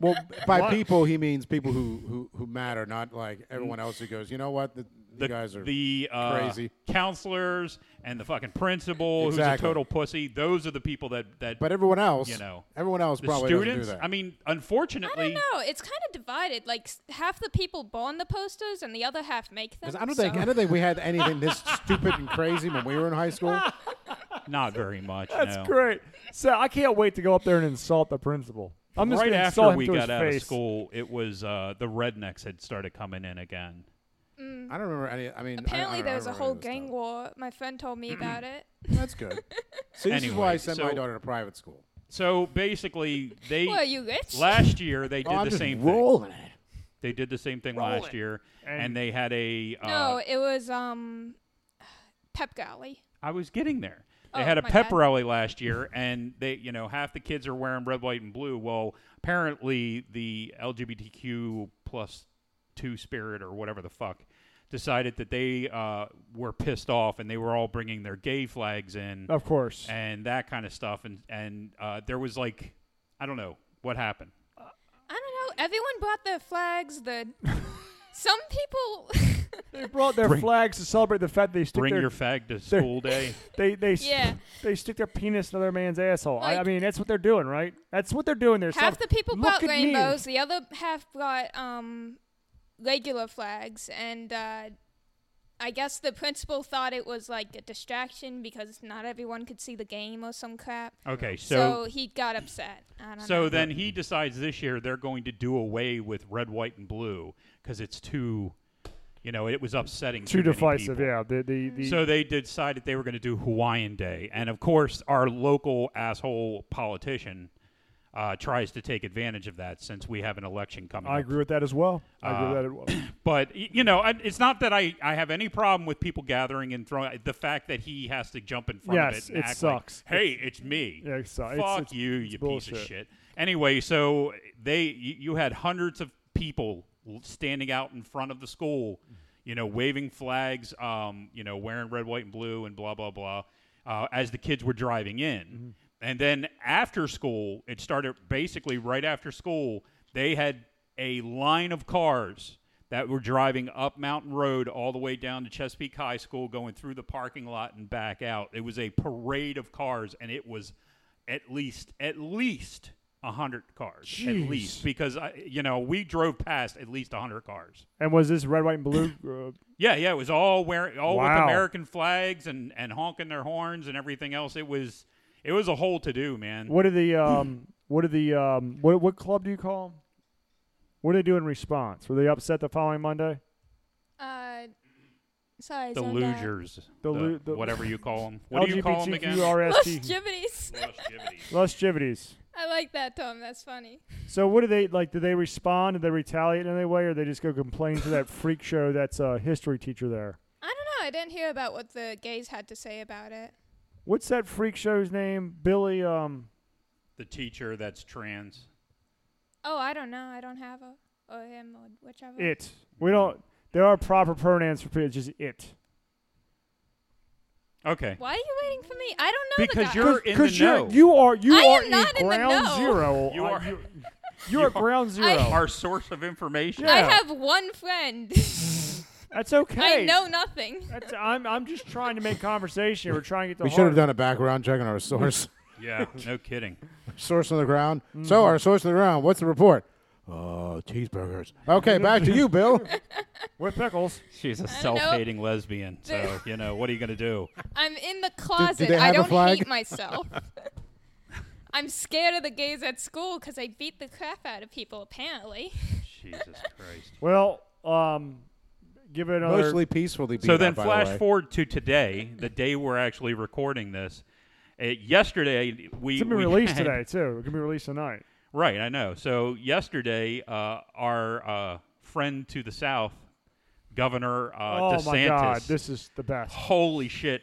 [SPEAKER 3] well by
[SPEAKER 1] What?
[SPEAKER 3] people he means people who, who who matter, not like everyone else who goes. You know what? The, you guys are
[SPEAKER 2] the uh,
[SPEAKER 3] crazy.
[SPEAKER 2] counselors and the fucking principal who's a
[SPEAKER 3] Exactly.
[SPEAKER 2] total pussy. Those are the people that that
[SPEAKER 3] But everyone else,
[SPEAKER 2] you know,
[SPEAKER 3] everyone else
[SPEAKER 2] the
[SPEAKER 3] probably
[SPEAKER 2] students.
[SPEAKER 3] doesn't do that.
[SPEAKER 2] I mean,
[SPEAKER 4] I
[SPEAKER 2] unfortunately,
[SPEAKER 4] don't know. It's kind of divided. Like s- half the people born the posters and the other half make them.
[SPEAKER 3] 'Cause I don't
[SPEAKER 4] so- [LAUGHS]
[SPEAKER 3] think I don't think we had anything this stupid and crazy when we were in high school.
[SPEAKER 2] Not very much.
[SPEAKER 1] That's
[SPEAKER 2] no.
[SPEAKER 1] great. So I can't wait to go up there and insult the principal. I'm just
[SPEAKER 2] right
[SPEAKER 1] gonna
[SPEAKER 2] after
[SPEAKER 1] insult him
[SPEAKER 2] we
[SPEAKER 1] to
[SPEAKER 2] got
[SPEAKER 1] his
[SPEAKER 2] out
[SPEAKER 1] face.
[SPEAKER 2] of school, it was uh, the rednecks had started coming in again.
[SPEAKER 4] Mm.
[SPEAKER 3] I don't remember any. I mean, I- I
[SPEAKER 4] Apparently,
[SPEAKER 3] don't- I
[SPEAKER 4] there was a
[SPEAKER 3] don't
[SPEAKER 4] whole
[SPEAKER 3] remember any
[SPEAKER 4] gang
[SPEAKER 3] of this
[SPEAKER 4] war. My friend told me about it.
[SPEAKER 3] stuff. That's good. So this is why I
[SPEAKER 2] Anyway,
[SPEAKER 3] sent
[SPEAKER 2] so-
[SPEAKER 3] my daughter to private school.
[SPEAKER 2] So basically, they
[SPEAKER 4] Well, you rich?
[SPEAKER 2] last year they did
[SPEAKER 3] Oh, I'm
[SPEAKER 2] the
[SPEAKER 3] just
[SPEAKER 2] same thing.
[SPEAKER 3] rolling it.
[SPEAKER 2] They did the same thing
[SPEAKER 1] Roll
[SPEAKER 2] last
[SPEAKER 1] it.
[SPEAKER 2] year,
[SPEAKER 1] And-
[SPEAKER 2] and, they had a. Uh,
[SPEAKER 4] no, it was um, Pep Rally.
[SPEAKER 2] I was getting there. They
[SPEAKER 4] Oh,
[SPEAKER 2] had a
[SPEAKER 4] my
[SPEAKER 2] pep
[SPEAKER 4] bad.
[SPEAKER 2] rally last year, and they, you know, half the kids are wearing red, white, and blue. Well, apparently the LGBTQ plus two spirit or whatever the fuck decided that they uh, were pissed off, and they were all bringing their gay flags in
[SPEAKER 1] Of course.
[SPEAKER 2] and that kind of stuff. And and uh, there was like, I don't know what happened.
[SPEAKER 4] I don't know. Everyone brought their flags. The some people.
[SPEAKER 1] they brought their flags to celebrate the fact they stick
[SPEAKER 2] Bring
[SPEAKER 1] their
[SPEAKER 2] your fag to
[SPEAKER 1] [LAUGHS]
[SPEAKER 2] school day.
[SPEAKER 1] they they s-
[SPEAKER 4] Yeah.
[SPEAKER 1] they stick their penis in another man's asshole. I, I
[SPEAKER 4] Like-
[SPEAKER 1] mean, that's what they're doing, right? That's what they're doing. They're self-
[SPEAKER 4] half the people
[SPEAKER 1] Look
[SPEAKER 4] brought
[SPEAKER 1] at me.
[SPEAKER 4] rainbows. The other half brought um, regular flags, and uh, I guess the principal thought it was like a distraction because not everyone could see the game or some crap.
[SPEAKER 2] Okay, so
[SPEAKER 4] So, he got upset. I don't
[SPEAKER 2] so
[SPEAKER 4] know.
[SPEAKER 2] then he decides this year they're going to do away with red, white, and blue because it's too, you know, it was upsetting.
[SPEAKER 1] Too
[SPEAKER 2] many
[SPEAKER 1] divisive,
[SPEAKER 2] people.
[SPEAKER 1] yeah. The the, the
[SPEAKER 2] So they decided they were going to do Hawaiian Day, and of course, our local asshole politician uh, tries to take advantage of that since we have an election coming.
[SPEAKER 1] I
[SPEAKER 2] up.
[SPEAKER 1] agree with that as well. I
[SPEAKER 2] Uh,
[SPEAKER 1] agree with that as well. [CLEARS THROAT]
[SPEAKER 2] But y- you know, I, it's not that I, I have any problem with people gathering and throwing. The fact that he has to jump in front
[SPEAKER 1] Yes,
[SPEAKER 2] of it, and
[SPEAKER 1] it
[SPEAKER 2] act
[SPEAKER 1] sucks.
[SPEAKER 2] Like, hey, it's me.
[SPEAKER 1] Yeah, it sucks. It's-
[SPEAKER 2] Fuck
[SPEAKER 1] it's-
[SPEAKER 2] you,
[SPEAKER 1] it's
[SPEAKER 2] you piece
[SPEAKER 1] bullshit.
[SPEAKER 2] of shit. Anyway, so they you, you had hundreds of people l- standing out in front of the school, you know, waving flags, um, you know, wearing red, white, and blue, and blah blah blah, uh, as the kids were driving in. And then after school, it started basically right after school. They had a line of cars that were driving up Mountain Road all the way down to Chesapeake High School, going through the parking lot and back out. It was a parade of cars, and it was at least at least a hundred cars,
[SPEAKER 1] Jeez.
[SPEAKER 2] at least because I, you know we drove past at least a hundred cars.
[SPEAKER 1] And was this red, white, and blue? Uh,
[SPEAKER 2] Yeah, yeah, it was all wearing all with
[SPEAKER 1] Wow.
[SPEAKER 2] American flags and and honking their horns and everything else. It was it was a whole to do, man.
[SPEAKER 1] Uh, what are the um? What are the um? What what club do you call? 'em? What did they do in response? Were they upset the following Monday?
[SPEAKER 4] uh, sorry,
[SPEAKER 2] the
[SPEAKER 4] zoned out.
[SPEAKER 2] losers,
[SPEAKER 1] The lo- the-
[SPEAKER 2] whatever you
[SPEAKER 1] [LAUGHS]
[SPEAKER 2] call them. What do you call them again?
[SPEAKER 1] LGBTQRST.
[SPEAKER 4] Luscivities.
[SPEAKER 2] Lustivity.
[SPEAKER 1] Lustivities.
[SPEAKER 4] [LAUGHS] I like that, Tom. That's funny.
[SPEAKER 1] So what do they like? Do they respond? Do they retaliate in any way, or they just go complain to that freak show that's a history teacher there?
[SPEAKER 4] I don't know. I didn't hear about what the gays had to say about it.
[SPEAKER 1] What's that freak show's name? Billy. Um.
[SPEAKER 2] the teacher that's trans.
[SPEAKER 4] Oh, I don't know. I don't have a or him or whichever.
[SPEAKER 1] It. We don't. There are proper pronouns for people. It's just it.
[SPEAKER 2] Okay,
[SPEAKER 4] Why are you waiting for me? I don't know the
[SPEAKER 2] because
[SPEAKER 4] guy.
[SPEAKER 2] you're in the
[SPEAKER 1] you're,
[SPEAKER 2] know.
[SPEAKER 1] you are you
[SPEAKER 4] I
[SPEAKER 1] are
[SPEAKER 4] am
[SPEAKER 1] a
[SPEAKER 4] not in the
[SPEAKER 1] ground
[SPEAKER 4] know.
[SPEAKER 1] zero.
[SPEAKER 2] You
[SPEAKER 1] I-
[SPEAKER 2] are-
[SPEAKER 1] you, Oh. you are ground zero.
[SPEAKER 2] [LAUGHS] our source of information.
[SPEAKER 1] Yeah.
[SPEAKER 4] I have one friend. [LAUGHS]
[SPEAKER 1] That's okay.
[SPEAKER 4] I know nothing.
[SPEAKER 1] That's, I'm I'm just trying to make conversation. We're trying to get the
[SPEAKER 3] We should have
[SPEAKER 1] heart.
[SPEAKER 3] done a background check on our source. [LAUGHS]
[SPEAKER 2] yeah no kidding.
[SPEAKER 3] source on the ground.
[SPEAKER 2] Mm-hmm.
[SPEAKER 3] So our source on the ground. What's the report? Oh, cheeseburgers. Okay, back to
[SPEAKER 2] [LAUGHS]
[SPEAKER 3] you, Bill.
[SPEAKER 1] with pickles.
[SPEAKER 2] She's a
[SPEAKER 4] don't know.
[SPEAKER 2] self-hating lesbian,
[SPEAKER 4] [LAUGHS]
[SPEAKER 2] so you know what are you gonna do?
[SPEAKER 4] I'm in the closet.
[SPEAKER 3] they
[SPEAKER 4] I
[SPEAKER 3] have a
[SPEAKER 4] don't
[SPEAKER 3] flag?
[SPEAKER 4] hate myself. [LAUGHS] I'm scared of the gays at school because I beat the crap out of people, apparently.
[SPEAKER 2] Jesus Christ.
[SPEAKER 1] Well, um, give it another.
[SPEAKER 3] Mostly peacefully. beat
[SPEAKER 2] So
[SPEAKER 3] up,
[SPEAKER 2] then,
[SPEAKER 3] by
[SPEAKER 2] flash
[SPEAKER 3] the way.
[SPEAKER 2] forward to today, the day we're actually recording this. Uh, yesterday, we
[SPEAKER 1] it's gonna be
[SPEAKER 2] we
[SPEAKER 1] released
[SPEAKER 2] had-
[SPEAKER 1] today too. It's gonna be released tonight.
[SPEAKER 2] Right, I know. So yesterday, uh, our uh, friend to the south, Governor uh,
[SPEAKER 1] oh
[SPEAKER 2] DeSantis.
[SPEAKER 1] my God, this is the best.
[SPEAKER 2] holy shit.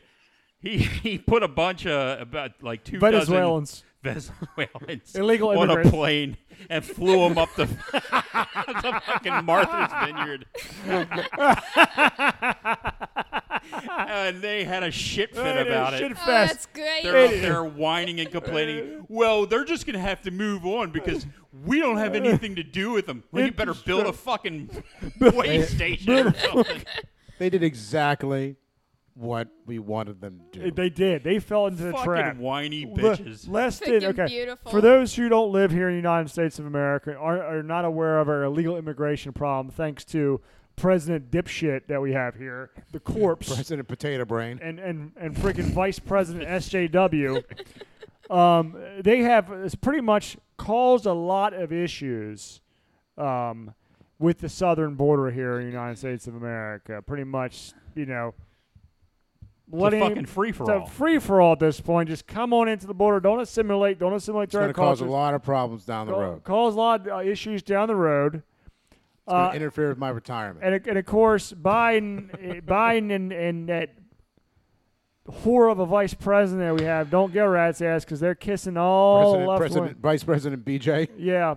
[SPEAKER 2] He, [LAUGHS] he put a bunch of about like two
[SPEAKER 1] Venezuelans.
[SPEAKER 2] dozen Venezuelans
[SPEAKER 1] Illegal
[SPEAKER 2] on a
[SPEAKER 1] immigrants.
[SPEAKER 2] plane and flew them up the, [LAUGHS] the fucking Martha's Vineyard. and they had a shit fit
[SPEAKER 1] It is
[SPEAKER 2] about it.
[SPEAKER 1] shit
[SPEAKER 4] Oh,
[SPEAKER 1] fest.
[SPEAKER 4] that's great.
[SPEAKER 2] They're up there whining and complaining. Well, they're just gonna have to move on because we don't have anything to do with them. We better build
[SPEAKER 1] [LAUGHS]
[SPEAKER 2] a fucking way station. or something.
[SPEAKER 3] they did exactly what we wanted them to do.
[SPEAKER 1] They- They did. They fell into the trap.
[SPEAKER 2] Fucking whiny
[SPEAKER 1] Le-
[SPEAKER 2] bitches.
[SPEAKER 1] less than
[SPEAKER 4] Freaking
[SPEAKER 1] okay.
[SPEAKER 4] beautiful.
[SPEAKER 1] For those who don't live here in the United States of America, are, are not aware of our illegal immigration problem, thanks to president dipshit that we have here, the corpse,
[SPEAKER 3] President Potato Brain.
[SPEAKER 1] and and and freaking Vice President SJW, um, they have it's pretty much caused a lot of issues um, with the southern border here in the United States of America. Pretty much, you know,
[SPEAKER 2] It's a
[SPEAKER 1] letting
[SPEAKER 2] fucking free for all.
[SPEAKER 1] free for all at this point. Just come on into the border. Don't assimilate. Don't assimilate
[SPEAKER 3] It's
[SPEAKER 1] to
[SPEAKER 3] going
[SPEAKER 1] our
[SPEAKER 3] to cause a
[SPEAKER 1] cultures.
[SPEAKER 3] lot of problems down the
[SPEAKER 1] Ca-
[SPEAKER 3] road. It's
[SPEAKER 1] Cause a lot of uh, issues down the road.
[SPEAKER 3] going
[SPEAKER 1] Uh,
[SPEAKER 3] to interfere with my retirement.
[SPEAKER 1] and and of course Biden, [LAUGHS] eh, Biden, and, and that whore of a vice president that we have don't get a rat's ass because they're kissing all
[SPEAKER 3] President,
[SPEAKER 1] left
[SPEAKER 3] President, Vice President BJ.
[SPEAKER 1] wing. Yeah,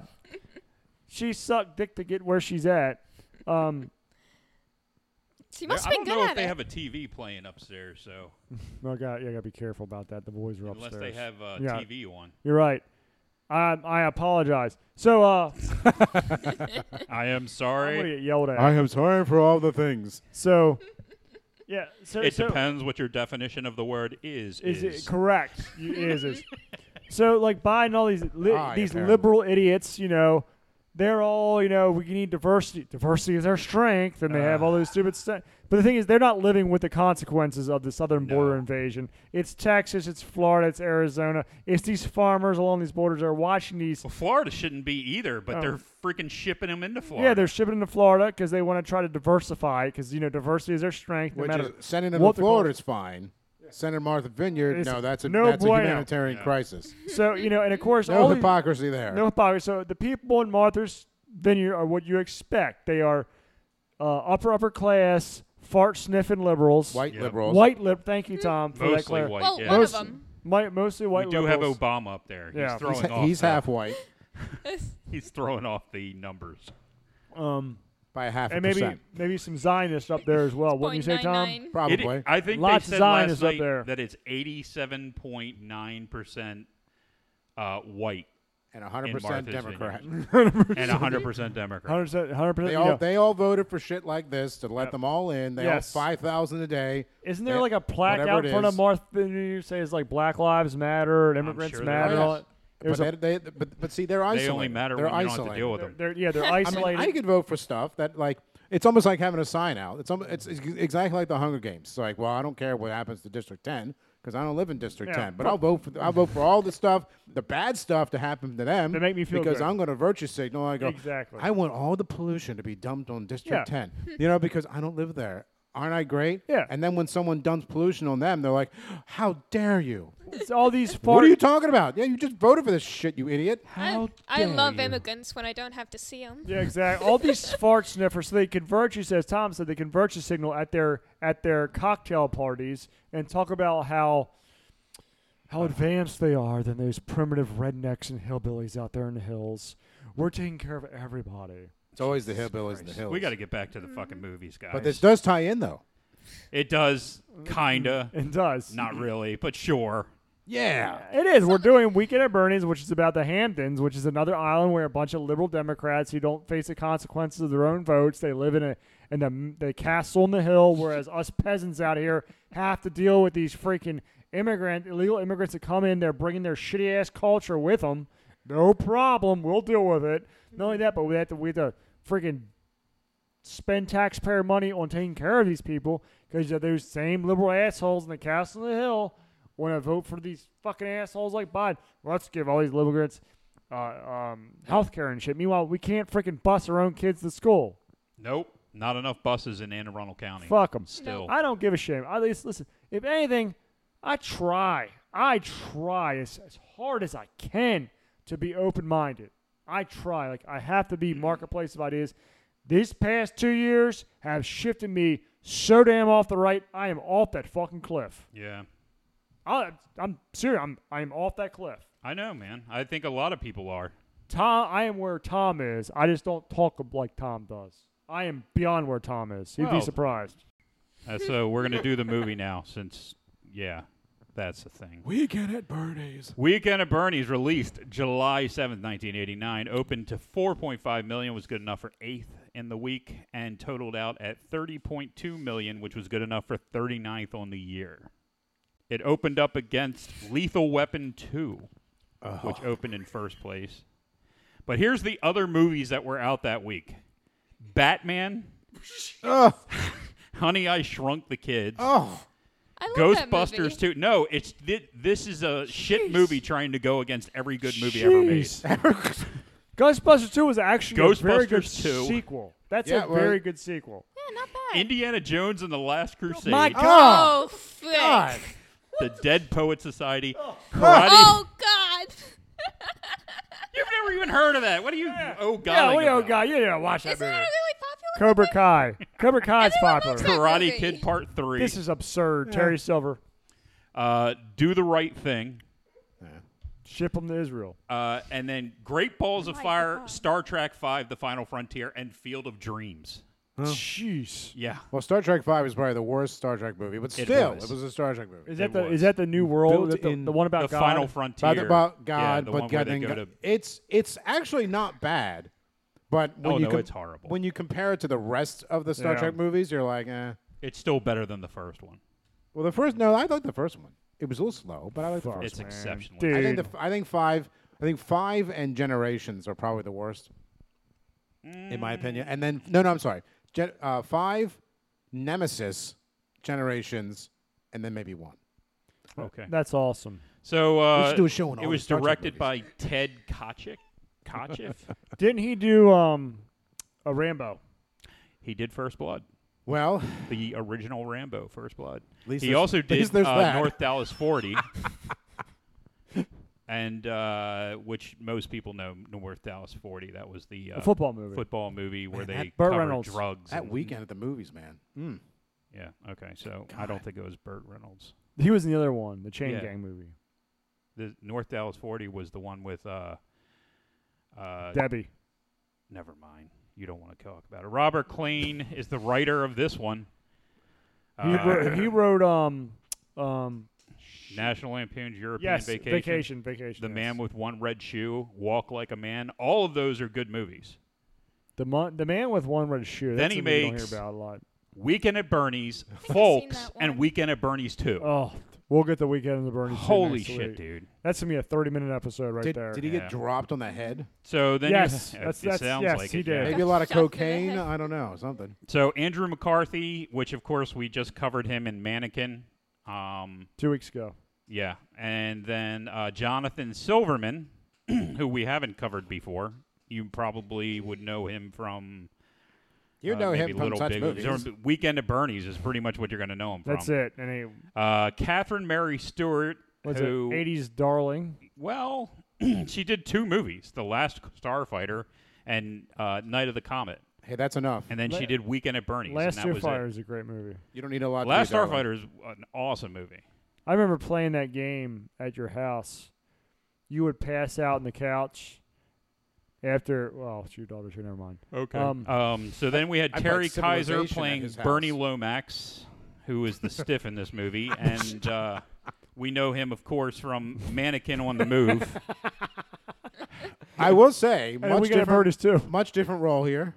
[SPEAKER 1] she sucked dick to get where she's at. Um,
[SPEAKER 4] She
[SPEAKER 2] I
[SPEAKER 4] must have
[SPEAKER 2] don't
[SPEAKER 4] been good
[SPEAKER 2] know if
[SPEAKER 4] at
[SPEAKER 2] they
[SPEAKER 4] it.
[SPEAKER 2] have a TV playing upstairs, so
[SPEAKER 1] I got yeah, gotta be careful about that. The boys are
[SPEAKER 2] unless
[SPEAKER 1] upstairs.
[SPEAKER 2] they have uh,
[SPEAKER 1] Yeah.
[SPEAKER 2] TV on,
[SPEAKER 1] You're right. I I apologize. So uh,
[SPEAKER 2] [LAUGHS] I am
[SPEAKER 1] I'm gonna
[SPEAKER 2] sorry.
[SPEAKER 1] get yelled at.
[SPEAKER 3] am sorry for all the things.
[SPEAKER 2] [LAUGHS]
[SPEAKER 1] so yeah, so
[SPEAKER 2] It
[SPEAKER 1] so,
[SPEAKER 2] depends what your definition of the word is.
[SPEAKER 1] Is,
[SPEAKER 2] Is,
[SPEAKER 1] it
[SPEAKER 3] [LAUGHS]
[SPEAKER 1] correct? You- is is so like Biden, all these li-
[SPEAKER 3] Ah, yeah,
[SPEAKER 1] these
[SPEAKER 3] apparently.
[SPEAKER 1] liberal idiots, you know, they're all you know we need diversity. Diversity is our strength, and they have all
[SPEAKER 3] Ah.
[SPEAKER 1] those stupid stuff. But the thing is, they're not living with the consequences of the southern border
[SPEAKER 2] No.
[SPEAKER 1] invasion. It's Texas, it's Florida, it's Arizona, it's these farmers along these borders are watching these.
[SPEAKER 2] Well, Florida shouldn't be either, but
[SPEAKER 1] Oh.
[SPEAKER 2] they're freaking shipping them into Florida.
[SPEAKER 1] Yeah, they're shipping to Florida because they want to try to diversify because you know diversity is their strength. No
[SPEAKER 3] Which
[SPEAKER 1] matter
[SPEAKER 3] is, sending them
[SPEAKER 1] what
[SPEAKER 3] to
[SPEAKER 1] the cul-
[SPEAKER 3] Florida is fine. Sending Martha Vineyard,
[SPEAKER 1] It's
[SPEAKER 3] no, that's a,
[SPEAKER 1] no
[SPEAKER 3] that's a
[SPEAKER 1] bueno.
[SPEAKER 3] humanitarian
[SPEAKER 2] Yeah.
[SPEAKER 3] crisis.
[SPEAKER 1] so you know, and of course,
[SPEAKER 3] [LAUGHS] No
[SPEAKER 1] all these-
[SPEAKER 3] hypocrisy there.
[SPEAKER 1] No hypocrisy. So the people in Martha's Vineyard are what you expect. They are uh, upper upper class, fart sniffing liberals,
[SPEAKER 3] White
[SPEAKER 2] Yeah.
[SPEAKER 3] liberals.
[SPEAKER 1] white lib. Thank you, Tom, for that.
[SPEAKER 2] mostly
[SPEAKER 1] clar-
[SPEAKER 2] white.
[SPEAKER 4] well,
[SPEAKER 2] yeah.
[SPEAKER 4] one of
[SPEAKER 1] Most-
[SPEAKER 4] them.
[SPEAKER 1] Mi- mostly
[SPEAKER 2] we
[SPEAKER 1] white
[SPEAKER 2] do have
[SPEAKER 1] liberals.
[SPEAKER 2] Obama up there.
[SPEAKER 1] Yeah.
[SPEAKER 2] He's throwing
[SPEAKER 3] He's,
[SPEAKER 2] off.
[SPEAKER 3] he's
[SPEAKER 2] the-
[SPEAKER 3] half white
[SPEAKER 2] [LAUGHS] He's throwing off the numbers.
[SPEAKER 1] um,
[SPEAKER 3] by a half a
[SPEAKER 1] and maybe
[SPEAKER 3] percent.
[SPEAKER 1] maybe some Zionists up there as well. Wouldn't you say, Tom?
[SPEAKER 4] 0.99.
[SPEAKER 2] It-
[SPEAKER 3] Probably.
[SPEAKER 2] I think
[SPEAKER 1] Lots of
[SPEAKER 2] they said last
[SPEAKER 1] Zionists up
[SPEAKER 2] night
[SPEAKER 1] there.
[SPEAKER 2] that it's eighty-seven point nine percent uh, white
[SPEAKER 3] and
[SPEAKER 2] in
[SPEAKER 3] 100%
[SPEAKER 1] [LAUGHS]
[SPEAKER 2] Martha's
[SPEAKER 3] Democrat.
[SPEAKER 2] and hundred percent Democrat.
[SPEAKER 1] Hundred percent. Hundred
[SPEAKER 3] They
[SPEAKER 1] percent.
[SPEAKER 3] all they all voted for shit like this to let them all in. They
[SPEAKER 1] Yes.
[SPEAKER 3] all five thousand a day.
[SPEAKER 1] Isn't there
[SPEAKER 3] they-
[SPEAKER 1] like a plaque
[SPEAKER 3] whatever
[SPEAKER 1] out
[SPEAKER 3] it
[SPEAKER 1] front
[SPEAKER 3] is.
[SPEAKER 1] of Martha Vineyard? You say it's like Black Lives Matter and immigrants
[SPEAKER 2] sure there
[SPEAKER 1] matter. and
[SPEAKER 3] is.
[SPEAKER 1] all that?
[SPEAKER 3] But,
[SPEAKER 1] There's a-
[SPEAKER 3] they, they, but, but see, they're
[SPEAKER 2] They
[SPEAKER 3] isolated.
[SPEAKER 2] only matter
[SPEAKER 3] they're
[SPEAKER 2] when you
[SPEAKER 3] isolated.
[SPEAKER 2] don't have to deal with
[SPEAKER 1] They're,
[SPEAKER 2] them.
[SPEAKER 1] they're- yeah, they're
[SPEAKER 3] [LAUGHS] I
[SPEAKER 1] isolated.
[SPEAKER 3] mean, I could vote for stuff that like it's almost like having a sign out. It's almost, it's ex- exactly like the Hunger Games. It's like, well, I don't care what happens to District Ten because I don't live in District
[SPEAKER 1] Yeah.
[SPEAKER 3] Ten, but I'll vote for I'll vote for all the stuff, the bad stuff to happen to them.
[SPEAKER 1] That make me feel
[SPEAKER 3] because
[SPEAKER 1] good.
[SPEAKER 3] I'm going to virtue signal. I go
[SPEAKER 1] Exactly.
[SPEAKER 3] I want all the pollution to be dumped on District
[SPEAKER 1] Yeah.
[SPEAKER 3] Ten. You know, because I don't live there. Aren't I great?
[SPEAKER 1] Yeah.
[SPEAKER 3] And then when someone dumps pollution on them, they're like, "How dare you?
[SPEAKER 1] It's all these fart.
[SPEAKER 3] What are you talking about? Yeah, you just voted for this shit, you idiot."
[SPEAKER 4] I, I love immigrants when I don't have to see them.
[SPEAKER 1] Yeah, exactly. All these fart sniffers. So they can virtue, as Tom said, they can virtue signal at their at their cocktail parties and talk about how how advanced they are than those primitive rednecks and hillbillies out there in the hills. We're taking care of everybody.
[SPEAKER 3] It's always the hillbillies and the hills.
[SPEAKER 2] We got to get back to the fucking movies, guys.
[SPEAKER 3] But this does tie in though.
[SPEAKER 2] it does
[SPEAKER 1] Mm-hmm.
[SPEAKER 2] kinda,
[SPEAKER 1] And does
[SPEAKER 2] not really, but sure.
[SPEAKER 3] Yeah.
[SPEAKER 1] It is. We're doing Weekend at Bernie's, which is about the Hamptons, which is another island where a bunch of liberal Democrats who don't face the consequences of their own votes, they live in a in the, the castle on the hill, whereas us peasants out here have to deal with these freaking immigrant illegal immigrants that come in. They're bringing their shitty ass culture with them. No problem. We'll deal with it. Not only that, but we have to we have to freaking spend taxpayer money on taking care of these people because those same liberal assholes in the castle on the hill want to vote for these fucking assholes like Biden. Let's give all these immigrants uh, um, health care and shit. Meanwhile, we can't freaking bus our own kids to school.
[SPEAKER 2] Nope, not enough buses in Anne Arundel County.
[SPEAKER 1] Fuck them.
[SPEAKER 2] Still,
[SPEAKER 1] I don't give a shame. I least listen. If anything, I try. I try as, as hard as I can to be open minded. I try. Like I have to be marketplace of ideas. These past two years have shifted me so damn off the right. I am off that fucking cliff.
[SPEAKER 2] yeah.
[SPEAKER 1] I, I'm serious. I'm I'm off that cliff.
[SPEAKER 2] I know, man. I think a lot of people are.
[SPEAKER 1] Tom, I am where Tom is. I just don't talk like Tom does. I am beyond where Tom is. He'd
[SPEAKER 2] Well,
[SPEAKER 1] be surprised.
[SPEAKER 2] Uh, so we're gonna do the movie now, since yeah, that's the thing.
[SPEAKER 3] Weekend at Bernie's.
[SPEAKER 2] Weekend at Bernie's released July 7th, 1989, opened to 4.5 million was good enough for 8th in the week and totaled out at 30.2 million, which was good enough for 39th on the year. It opened up against Lethal Weapon 2, which opened in first place. But here's the other movies that were out that week. Batman
[SPEAKER 3] Ugh.
[SPEAKER 2] Honey, I Shrunk the Kids.
[SPEAKER 3] Oh,
[SPEAKER 4] I love that movie.
[SPEAKER 2] Ghostbusters too. No, it's thi- this is a shit movie trying to go against every good movie ever made.
[SPEAKER 1] Jeez. Ghostbusters 2 was actually a very good
[SPEAKER 2] Ghostbusters 2.
[SPEAKER 1] sequel. That's
[SPEAKER 3] Yeah,
[SPEAKER 1] a
[SPEAKER 3] well-
[SPEAKER 1] very good sequel.
[SPEAKER 4] Yeah, not
[SPEAKER 2] [LAUGHS]
[SPEAKER 4] bad.
[SPEAKER 2] Indiana Jones and the Last Crusade,
[SPEAKER 1] My God.
[SPEAKER 4] oh, frick.
[SPEAKER 3] God.
[SPEAKER 2] the Dead Poet Society, Karate.
[SPEAKER 4] Oh, God.
[SPEAKER 2] You've never even heard of that. What are you? Oh God!
[SPEAKER 1] yeah, we oh god, you didn't watch that
[SPEAKER 4] Isn't
[SPEAKER 1] movie.
[SPEAKER 4] that a really popular
[SPEAKER 1] Cobra
[SPEAKER 4] [LAUGHS] movie?
[SPEAKER 1] Kai. Cobra Kai's
[SPEAKER 4] Everyone loves
[SPEAKER 1] popular.
[SPEAKER 4] that.
[SPEAKER 2] Karate
[SPEAKER 4] movie.
[SPEAKER 2] Kid Part Three.
[SPEAKER 1] This is absurd. Terry Silver,
[SPEAKER 2] uh, Do the Right Thing,
[SPEAKER 1] ship him to Israel.
[SPEAKER 2] uh, and then Great Balls of
[SPEAKER 4] My
[SPEAKER 2] Fire,
[SPEAKER 4] God.
[SPEAKER 2] Star Trek Five: The Final Frontier, and Field of Dreams.
[SPEAKER 1] Jeez.
[SPEAKER 2] Yeah,
[SPEAKER 3] well, Star Trek Five is probably the worst Star Trek movie, but still, it
[SPEAKER 2] was.
[SPEAKER 3] was, a Star Trek movie.
[SPEAKER 1] Is that
[SPEAKER 2] It
[SPEAKER 1] the
[SPEAKER 2] was.
[SPEAKER 1] is that the new world?
[SPEAKER 3] Built
[SPEAKER 1] Is that The,
[SPEAKER 3] in
[SPEAKER 1] the one about
[SPEAKER 2] The
[SPEAKER 1] God?
[SPEAKER 2] Final Frontier.
[SPEAKER 3] About, about
[SPEAKER 2] Yeah,
[SPEAKER 3] God,
[SPEAKER 2] the
[SPEAKER 3] but
[SPEAKER 2] one where
[SPEAKER 3] God
[SPEAKER 2] they
[SPEAKER 3] and
[SPEAKER 2] go
[SPEAKER 3] God.
[SPEAKER 2] to-
[SPEAKER 3] It's it's actually not bad, but when
[SPEAKER 2] Oh,
[SPEAKER 3] you
[SPEAKER 2] no,
[SPEAKER 3] com-
[SPEAKER 2] it's horrible.
[SPEAKER 3] When you compare it to the rest of the Star
[SPEAKER 1] Yeah.
[SPEAKER 3] Trek movies, you're like, eh.
[SPEAKER 2] it's still better than the first one.
[SPEAKER 3] Well, the first no, I liked the first one. It was a little slow, but I liked the first.
[SPEAKER 2] It's
[SPEAKER 3] one.
[SPEAKER 2] exceptional.
[SPEAKER 1] Dude.
[SPEAKER 3] I think the, f- I think five I think five and Generations are probably the worst, in my opinion. And then no, no, I'm sorry. Gen, uh, five, Nemesis, Generations, and then maybe one.
[SPEAKER 2] Okay.
[SPEAKER 1] That's awesome.
[SPEAKER 2] So uh,
[SPEAKER 3] should do a show on all
[SPEAKER 2] it
[SPEAKER 3] the
[SPEAKER 2] was
[SPEAKER 3] Star Trek
[SPEAKER 2] directed
[SPEAKER 3] movies.
[SPEAKER 2] by Ted Kochick. Kochiff.
[SPEAKER 1] Didn't he do um a Rambo?
[SPEAKER 2] he did First Blood,
[SPEAKER 3] Well, [SIGHS]
[SPEAKER 2] the original Rambo, First Blood.
[SPEAKER 3] least
[SPEAKER 2] He
[SPEAKER 3] there's-
[SPEAKER 2] also
[SPEAKER 3] at least
[SPEAKER 2] did
[SPEAKER 3] there's
[SPEAKER 2] uh,
[SPEAKER 3] that.
[SPEAKER 2] North Dallas
[SPEAKER 3] [LAUGHS]
[SPEAKER 2] 40, and uh, which most people know North Dallas 40. That was the uh,
[SPEAKER 1] A football movie.
[SPEAKER 2] football movie where
[SPEAKER 3] Man,
[SPEAKER 2] they
[SPEAKER 3] that-
[SPEAKER 1] Burt
[SPEAKER 2] covered
[SPEAKER 1] Reynolds.
[SPEAKER 2] drugs.
[SPEAKER 3] that
[SPEAKER 2] and-
[SPEAKER 3] weekend at the movies, man. Mm.
[SPEAKER 2] Yeah. Okay. So I don't think it was Burt Reynolds.
[SPEAKER 1] He was in the other one, the Chain
[SPEAKER 2] Yeah.
[SPEAKER 1] Gang movie.
[SPEAKER 2] The North Dallas 40 was the one with. Uh, uh,
[SPEAKER 1] Debbie.
[SPEAKER 2] never mind. You don't want to talk about it. Robert Klein is the writer of this one.
[SPEAKER 1] He,
[SPEAKER 2] Uh,
[SPEAKER 1] wrote, he wrote um um
[SPEAKER 2] National Lampoon's European
[SPEAKER 1] yes
[SPEAKER 2] Vacation.
[SPEAKER 1] vacation vacation.
[SPEAKER 2] The
[SPEAKER 1] yes.
[SPEAKER 2] Man with One Red Shoe, Walk Like a Man. All of those are good movies.
[SPEAKER 1] the mon- the man with one red shoe.
[SPEAKER 2] Then
[SPEAKER 1] That's
[SPEAKER 2] he
[SPEAKER 1] a movie you don't
[SPEAKER 2] makes-
[SPEAKER 1] hear about a lot.
[SPEAKER 2] Weekend at Bernie's,
[SPEAKER 4] seen
[SPEAKER 2] Folks,
[SPEAKER 4] that
[SPEAKER 2] and
[SPEAKER 4] one.
[SPEAKER 2] Weekend at Bernie's 2.
[SPEAKER 1] Oh, we'll get the weekend in the Bernie. Sanders
[SPEAKER 2] Holy
[SPEAKER 1] next
[SPEAKER 2] shit,
[SPEAKER 1] week.
[SPEAKER 2] dude.
[SPEAKER 1] That's gonna be a thirty-minute episode right
[SPEAKER 3] did,
[SPEAKER 1] there.
[SPEAKER 3] did he
[SPEAKER 2] Yeah.
[SPEAKER 3] get dropped on the head?
[SPEAKER 2] So then
[SPEAKER 1] Yes,
[SPEAKER 2] you,
[SPEAKER 1] that's-
[SPEAKER 2] it
[SPEAKER 1] that's-
[SPEAKER 2] sounds
[SPEAKER 1] yes,
[SPEAKER 2] like
[SPEAKER 1] he
[SPEAKER 2] it,
[SPEAKER 1] did.
[SPEAKER 2] yeah.
[SPEAKER 3] Maybe a
[SPEAKER 4] [LAUGHS]
[SPEAKER 3] lot of
[SPEAKER 4] Shot in the head.
[SPEAKER 3] cocaine. I don't know. Something.
[SPEAKER 2] So Andrew McCarthy, which of course we just covered him in Mannequin. Um,
[SPEAKER 1] Two weeks ago.
[SPEAKER 2] yeah. And then uh, Jonathan Silverman, [CLEARS THROAT] who we haven't covered before. You probably would know him from
[SPEAKER 3] You
[SPEAKER 2] uh,
[SPEAKER 3] know
[SPEAKER 2] maybe
[SPEAKER 3] him from
[SPEAKER 2] Little
[SPEAKER 3] Touch
[SPEAKER 2] Big
[SPEAKER 3] movies.
[SPEAKER 2] Or Weekend at Bernie's is pretty much what you're going to know him from.
[SPEAKER 1] That's it. And he
[SPEAKER 2] Uh, Catherine Mary Stewart,
[SPEAKER 1] was
[SPEAKER 2] who
[SPEAKER 1] an '80s darling.
[SPEAKER 2] well, [CLEARS THROAT] she did two movies: The Last Starfighter and uh, Night of the Comet,
[SPEAKER 3] Hey, that's enough.
[SPEAKER 2] and then she did Weekend at Bernie's.
[SPEAKER 1] Last
[SPEAKER 2] and that
[SPEAKER 1] Year
[SPEAKER 2] was
[SPEAKER 1] Fire
[SPEAKER 2] it.
[SPEAKER 1] is a great movie.
[SPEAKER 3] You don't need a lot. to
[SPEAKER 2] Last
[SPEAKER 3] be darling.
[SPEAKER 2] Starfighter is an awesome movie.
[SPEAKER 1] I remember playing that game at your house. You would pass out on the couch after. Well, it's your daughter's here. Never mind.
[SPEAKER 2] Okay.
[SPEAKER 1] Um,
[SPEAKER 2] Um, so then we had
[SPEAKER 3] I played
[SPEAKER 2] Terry Kaiser
[SPEAKER 3] Civilization at
[SPEAKER 2] playing
[SPEAKER 3] his house.
[SPEAKER 2] Bernie Lomax, who is the stiff in this
[SPEAKER 3] [LAUGHS]
[SPEAKER 2] movie, and uh, we know him, of course, from Mannequin on the
[SPEAKER 3] [LAUGHS]
[SPEAKER 2] Move.
[SPEAKER 3] I will say,
[SPEAKER 1] And then
[SPEAKER 3] much
[SPEAKER 1] we got
[SPEAKER 3] different,
[SPEAKER 1] Virtus too.
[SPEAKER 3] much different role here.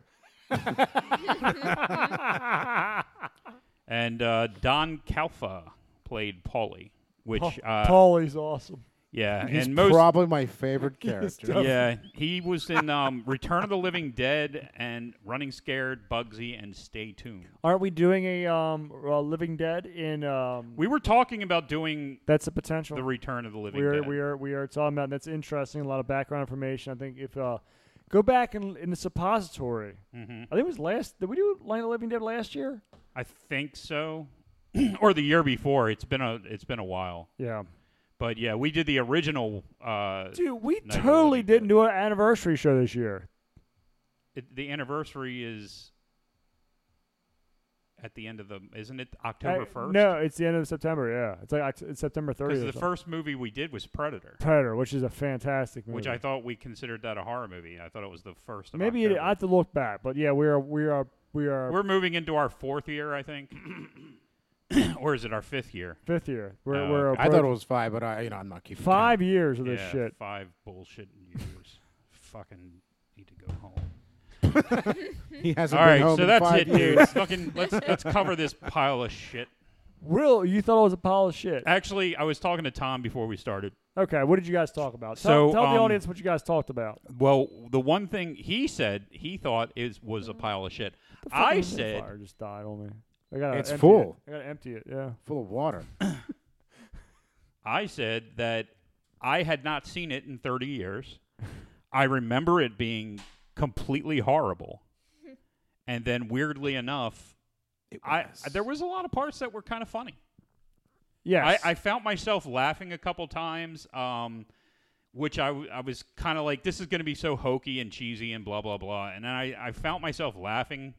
[SPEAKER 2] And uh, Don Calfa played Paulie, which uh,
[SPEAKER 1] Paulie's awesome.
[SPEAKER 2] yeah,
[SPEAKER 3] He's
[SPEAKER 2] and most
[SPEAKER 3] probably my favorite character.
[SPEAKER 2] Yeah, he was in um, Return of the Living Dead and Running Scared, Bugsy, and Stay Tuned.
[SPEAKER 1] Aren't we doing a um uh, Living Dead in um?
[SPEAKER 2] We were talking about doing
[SPEAKER 1] that's a potential.
[SPEAKER 2] the Return of the Living
[SPEAKER 1] we are
[SPEAKER 2] Dead.
[SPEAKER 1] we are we are talking about. That's interesting. A lot of background information. I think if uh, go back in in the suppository.
[SPEAKER 2] Mhm.
[SPEAKER 1] I think it was last. Did we do Line of Living Dead last year?
[SPEAKER 2] I think so, [CLEARS THROAT] or the year before. It's been a it's been a while,
[SPEAKER 1] Yeah,
[SPEAKER 2] but yeah, we did the original. Uh,
[SPEAKER 1] dude, we
[SPEAKER 2] Night of the
[SPEAKER 1] totally
[SPEAKER 2] Living Dead.
[SPEAKER 1] didn't do an anniversary show this year.
[SPEAKER 2] it- the anniversary is at the end of the. Isn't it October
[SPEAKER 1] Uh,
[SPEAKER 2] first?
[SPEAKER 1] No, it's the end of September. Yeah, it's like Oct- it's September 30th.
[SPEAKER 2] because
[SPEAKER 1] or
[SPEAKER 2] the
[SPEAKER 1] something.
[SPEAKER 2] first movie we did was Predator.
[SPEAKER 1] Predator, which is a fantastic movie.
[SPEAKER 2] Which I thought we considered that a horror movie. I thought it was the first. Of
[SPEAKER 1] maybe it,
[SPEAKER 2] October.
[SPEAKER 1] I have to look back, but yeah, we are we are we are
[SPEAKER 2] We're moving into our fourth year, I think, or is it our fifth year?
[SPEAKER 1] fifth year. We're
[SPEAKER 2] Oh,
[SPEAKER 1] we're
[SPEAKER 2] okay.
[SPEAKER 3] I thought it
[SPEAKER 1] approaching
[SPEAKER 3] was five, but I, you know, I'm not keeping count.
[SPEAKER 1] five years of this
[SPEAKER 2] yeah,
[SPEAKER 1] shit.
[SPEAKER 2] five bullshit years. Fucking need to go home.
[SPEAKER 3] He hasn't
[SPEAKER 2] All
[SPEAKER 3] been
[SPEAKER 2] right,
[SPEAKER 3] home
[SPEAKER 2] so
[SPEAKER 3] in
[SPEAKER 2] that's it,
[SPEAKER 3] five years.
[SPEAKER 2] dude. Fucking let's let's cover this pile of shit.
[SPEAKER 1] Real, you thought it was a pile of shit.
[SPEAKER 2] Actually, I was talking to Tom before we started.
[SPEAKER 1] Okay, what did you guys talk about?
[SPEAKER 2] So,
[SPEAKER 1] tell tell
[SPEAKER 2] um,
[SPEAKER 1] the audience what you guys talked about.
[SPEAKER 2] Well, the one thing he said he thought is was a pile of shit.
[SPEAKER 1] The fucking
[SPEAKER 2] I
[SPEAKER 1] wood
[SPEAKER 2] said
[SPEAKER 1] fire just died on me. I gotta
[SPEAKER 3] It's
[SPEAKER 1] empty it.
[SPEAKER 3] full.
[SPEAKER 1] I gotta empty it. Yeah.
[SPEAKER 3] full of water.
[SPEAKER 2] I said that I had not seen it in 30
[SPEAKER 1] [LAUGHS]
[SPEAKER 2] years. I remember it being
[SPEAKER 1] [LAUGHS]
[SPEAKER 2] completely horrible. And then weirdly enough, I there was a lot of parts that were kind of funny.
[SPEAKER 1] Yes.
[SPEAKER 2] I, I found myself laughing a couple times, um, which I, w- I was kind of like, this is going to be so hokey and cheesy and blah, blah, blah. And then I, I found myself laughing.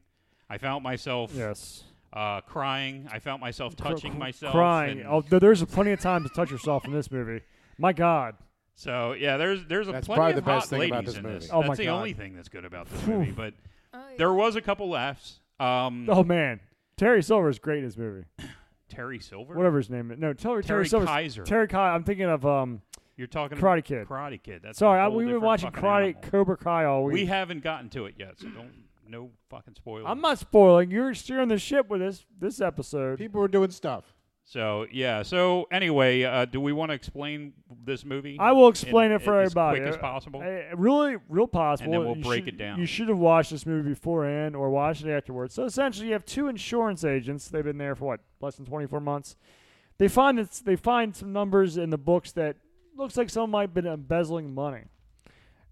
[SPEAKER 2] I found myself
[SPEAKER 1] yes.
[SPEAKER 2] uh, crying. I found myself touching
[SPEAKER 1] Cr-
[SPEAKER 2] myself.
[SPEAKER 1] Crying.
[SPEAKER 2] and-
[SPEAKER 1] Oh, th- there's plenty of time to touch yourself in this movie. My God.
[SPEAKER 2] So, yeah, there's there's a
[SPEAKER 3] That's
[SPEAKER 2] plenty
[SPEAKER 3] probably
[SPEAKER 2] of
[SPEAKER 3] the best
[SPEAKER 2] hot
[SPEAKER 3] thing
[SPEAKER 2] ladies
[SPEAKER 3] about this
[SPEAKER 2] in
[SPEAKER 3] movie.
[SPEAKER 2] this.
[SPEAKER 1] Oh,
[SPEAKER 2] That's
[SPEAKER 1] my
[SPEAKER 2] the
[SPEAKER 1] God.
[SPEAKER 2] only thing that's good about this
[SPEAKER 1] Phew.
[SPEAKER 2] movie. But
[SPEAKER 4] Oh, yeah.
[SPEAKER 2] there was a couple laughs. Um,
[SPEAKER 1] Oh man. Terry Silver is great in this movie.
[SPEAKER 2] Terry Silver?
[SPEAKER 1] Whatever his name is. No, tell Terry,
[SPEAKER 2] Terry
[SPEAKER 1] Silver.
[SPEAKER 2] Kaiser.
[SPEAKER 1] Terry Kai. I'm thinking of um.
[SPEAKER 2] You're talking
[SPEAKER 1] Karate Kid.
[SPEAKER 2] Karate Kid. That's a
[SPEAKER 1] sorry, I,
[SPEAKER 2] whole
[SPEAKER 1] we've been
[SPEAKER 2] different
[SPEAKER 1] watching
[SPEAKER 2] fucking
[SPEAKER 1] Karate
[SPEAKER 2] animal.
[SPEAKER 1] Cobra Kai all week.
[SPEAKER 2] We haven't gotten to it yet, so don't no fucking spoilers.
[SPEAKER 1] I'm not spoiling. You're steering the ship with this this episode.
[SPEAKER 3] People were doing stuff.
[SPEAKER 2] So yeah. So anyway, uh, do we want to explain this movie?
[SPEAKER 1] I will explain
[SPEAKER 2] in-
[SPEAKER 1] it for
[SPEAKER 2] in
[SPEAKER 1] everybody.
[SPEAKER 2] as quick as possible.
[SPEAKER 1] Uh, really, real possible.
[SPEAKER 2] we'll
[SPEAKER 1] You
[SPEAKER 2] break
[SPEAKER 1] should-
[SPEAKER 2] it down.
[SPEAKER 1] You should have watched this movie beforehand or watched it afterwards. So essentially, you have two insurance agents. They've been there for what less than twenty four months. They find it's, they find some numbers in the books that looks like someone might have been embezzling money,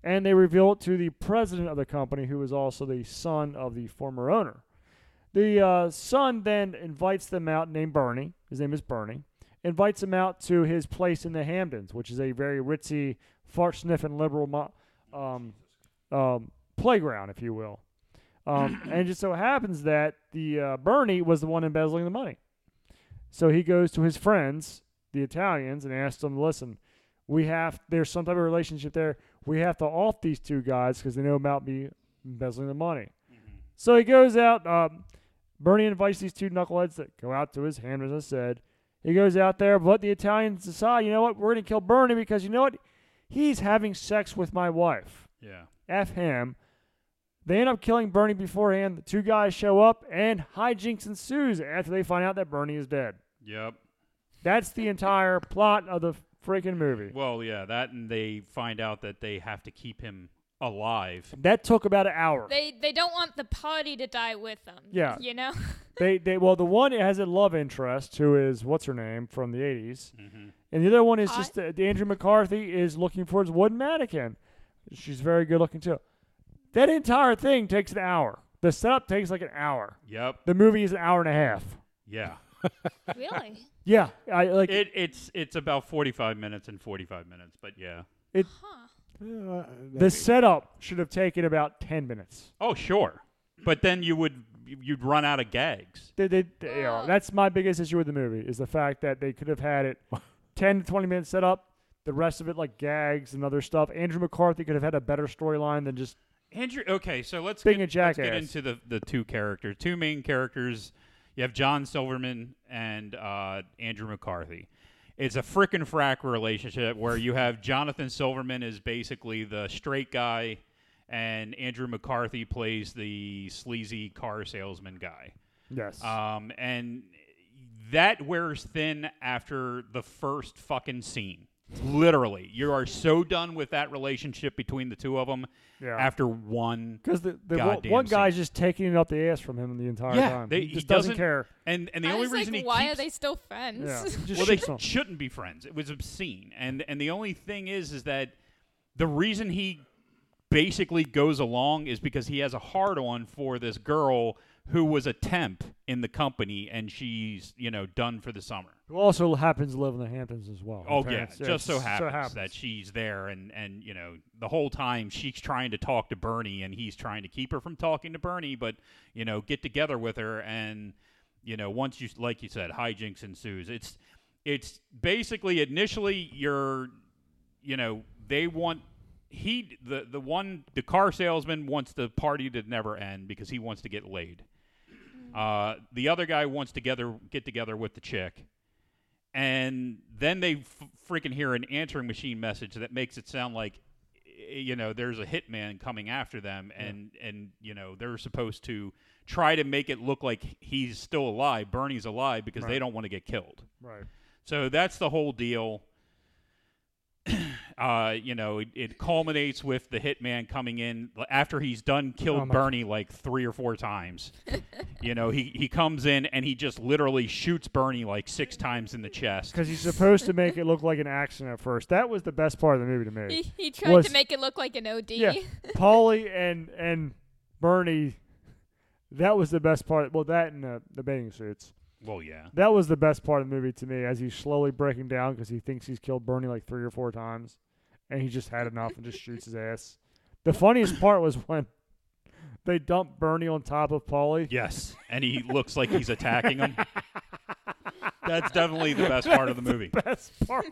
[SPEAKER 1] and they reveal it to the president of the company, who is also the son of the former owner. The uh, son then invites them out, named Bernie. His name is Bernie. Invites them out to his place in the Hamptons, which is a very ritzy, fart sniffing liberal mo- um, um, playground, if you will. Um, and it just so happens that the uh, Bernie was the one embezzling the money. So he goes to his friends, the Italians, and asks them, "Listen, we have there's some type of relationship there. We have to off these two guys because they know about me embezzling the money." So he goes out. Um, Bernie invites these two knuckleheads that go out to his hand, as I said. He goes out there, but the Italians decide, you know what, we're going to kill Bernie because you know what? He's having sex with my wife.
[SPEAKER 2] yeah.
[SPEAKER 1] F him. They end up killing Bernie beforehand. The two guys show up, and hijinks ensues after they find out that Bernie is dead.
[SPEAKER 2] Yep.
[SPEAKER 1] That's the entire plot of the freaking movie.
[SPEAKER 2] Well, yeah. That and they find out that they have to keep him alive.
[SPEAKER 1] That took about an hour.
[SPEAKER 4] They they don't want the party to die with them.
[SPEAKER 1] Yeah.
[SPEAKER 4] You know. [LAUGHS]
[SPEAKER 1] They, they, well, the one has a love interest who is what's her name from the '80s, and the other one is
[SPEAKER 4] Hot.
[SPEAKER 1] just uh, Andrew McCarthy is looking for his wooden mannequin. She's very good looking too. That entire thing takes an hour. The setup takes like an hour.
[SPEAKER 2] Yep.
[SPEAKER 1] The movie is an hour and a half.
[SPEAKER 2] Yeah.
[SPEAKER 4] really.
[SPEAKER 1] Yeah, I like
[SPEAKER 2] It it's it's about forty five minutes and forty five minutes, but yeah.
[SPEAKER 1] The setup should have taken about ten minutes.
[SPEAKER 2] Oh sure. But then you would you'd run out of gags.
[SPEAKER 1] They, they, they- you
[SPEAKER 2] [GASPS]
[SPEAKER 1] know,
[SPEAKER 4] Oh.
[SPEAKER 1] that's my biggest issue with the movie is the fact that they could have had
[SPEAKER 2] [LAUGHS]
[SPEAKER 1] it ten to twenty minutes set up. The rest of it, like gags and other stuff, Andrew McCarthy could have had a better storyline than just
[SPEAKER 2] Andrew, okay, so let's
[SPEAKER 1] Being
[SPEAKER 2] get,
[SPEAKER 1] a
[SPEAKER 2] let's get
[SPEAKER 1] jackass.
[SPEAKER 2] into the, the two characters, two main characters. You have John Silverman and uh, Andrew McCarthy. It's a frickin' frack relationship where you have Jonathan Silverman is basically the straight guy, and Andrew McCarthy plays the sleazy car salesman guy.
[SPEAKER 1] yes.
[SPEAKER 2] Um, and that wears thin after the first fucking scene. Literally, you are so done with that relationship between the two of them
[SPEAKER 1] Yeah.
[SPEAKER 2] after one.
[SPEAKER 1] because the, the one,
[SPEAKER 2] goddamn
[SPEAKER 1] one guy's
[SPEAKER 2] scene.
[SPEAKER 1] just taking it up the ass from him the entire time.
[SPEAKER 2] they-
[SPEAKER 1] he
[SPEAKER 2] he
[SPEAKER 1] just doesn't, care.
[SPEAKER 2] And and the
[SPEAKER 4] I
[SPEAKER 2] only
[SPEAKER 4] was
[SPEAKER 2] reason
[SPEAKER 4] like,
[SPEAKER 2] he
[SPEAKER 4] why
[SPEAKER 2] keeps,
[SPEAKER 4] are they still friends?
[SPEAKER 1] Yeah, he just
[SPEAKER 2] well, they
[SPEAKER 1] shoots him.
[SPEAKER 2] shouldn't be friends. It was obscene. And and the only thing is, is that the reason he basically goes along is because he has a hard on for this girl who was a temp in the company, and she's you know done for the summer.
[SPEAKER 1] Who also happens to live in the Hamptons as well.
[SPEAKER 2] Oh
[SPEAKER 1] Her
[SPEAKER 2] yeah,
[SPEAKER 1] parents-
[SPEAKER 2] just so
[SPEAKER 1] it's-
[SPEAKER 2] happens, that she's there, and and you know the whole time she's trying to talk to Bernie, and he's trying to keep her from talking to Bernie, but you know get together with her, and you know once you like you said, hijinks ensues. It's it's basically initially you're you know they want he the the one the car salesman wants the party to never end because he wants to get laid. Uh, the other guy wants to gather, get together with the chick, and then they f- freaking hear an answering machine message that makes it sound like eh, you know there's a hitman coming after them and and you know they're supposed to try to make it look like he's still alive bernie's alive because they
[SPEAKER 1] Right.
[SPEAKER 2] don't want to get killed
[SPEAKER 1] Right.
[SPEAKER 2] so that's the whole deal [CLEARS THROAT] uh you know it, it culminates with the hitman coming in l- after he's done killed
[SPEAKER 1] Oh my-
[SPEAKER 2] bernie like three or
[SPEAKER 1] [LAUGHS]
[SPEAKER 2] four times you know he he comes in and he just literally shoots bernie like six times in the chest
[SPEAKER 1] Because he's supposed to make it look like an accident at first. That was the best part of the movie to
[SPEAKER 4] [LAUGHS]
[SPEAKER 1] me.
[SPEAKER 4] [LAUGHS] He, he tried
[SPEAKER 1] Was-
[SPEAKER 4] to make it look like an OD.
[SPEAKER 1] Yeah, Paulie and and Bernie. That was the best part. Well, that and the, the bathing suits.
[SPEAKER 2] well yeah
[SPEAKER 1] That was the best part of the movie to me, as he's slowly breaking down because he thinks he's killed Bernie like three or four times, and he just had enough and just shoots his ass. The funniest part was when they dump Bernie on top of Paulie.
[SPEAKER 2] Yes, and he looks like he's attacking him. That's definitely the best part of the
[SPEAKER 1] [LAUGHS]
[SPEAKER 2] movie.
[SPEAKER 1] Best part.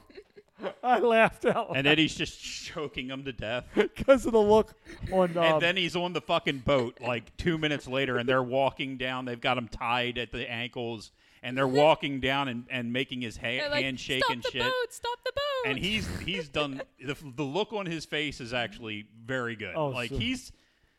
[SPEAKER 1] I laughed out
[SPEAKER 2] And then he's just choking him to death.
[SPEAKER 1] because of the look on. Um,
[SPEAKER 2] And then he's on the fucking boat like two minutes later, and they're walking down. They've got him tied at the ankles, and they're walking down and, and making his ha-
[SPEAKER 4] [LAUGHS] They're like,
[SPEAKER 2] hand shake
[SPEAKER 4] stop
[SPEAKER 2] and
[SPEAKER 4] the
[SPEAKER 2] shit.
[SPEAKER 4] boat! Stop the boat!
[SPEAKER 2] And he's he's done the, the look on his face is actually very good.
[SPEAKER 1] Oh,
[SPEAKER 2] like
[SPEAKER 1] so-
[SPEAKER 2] he's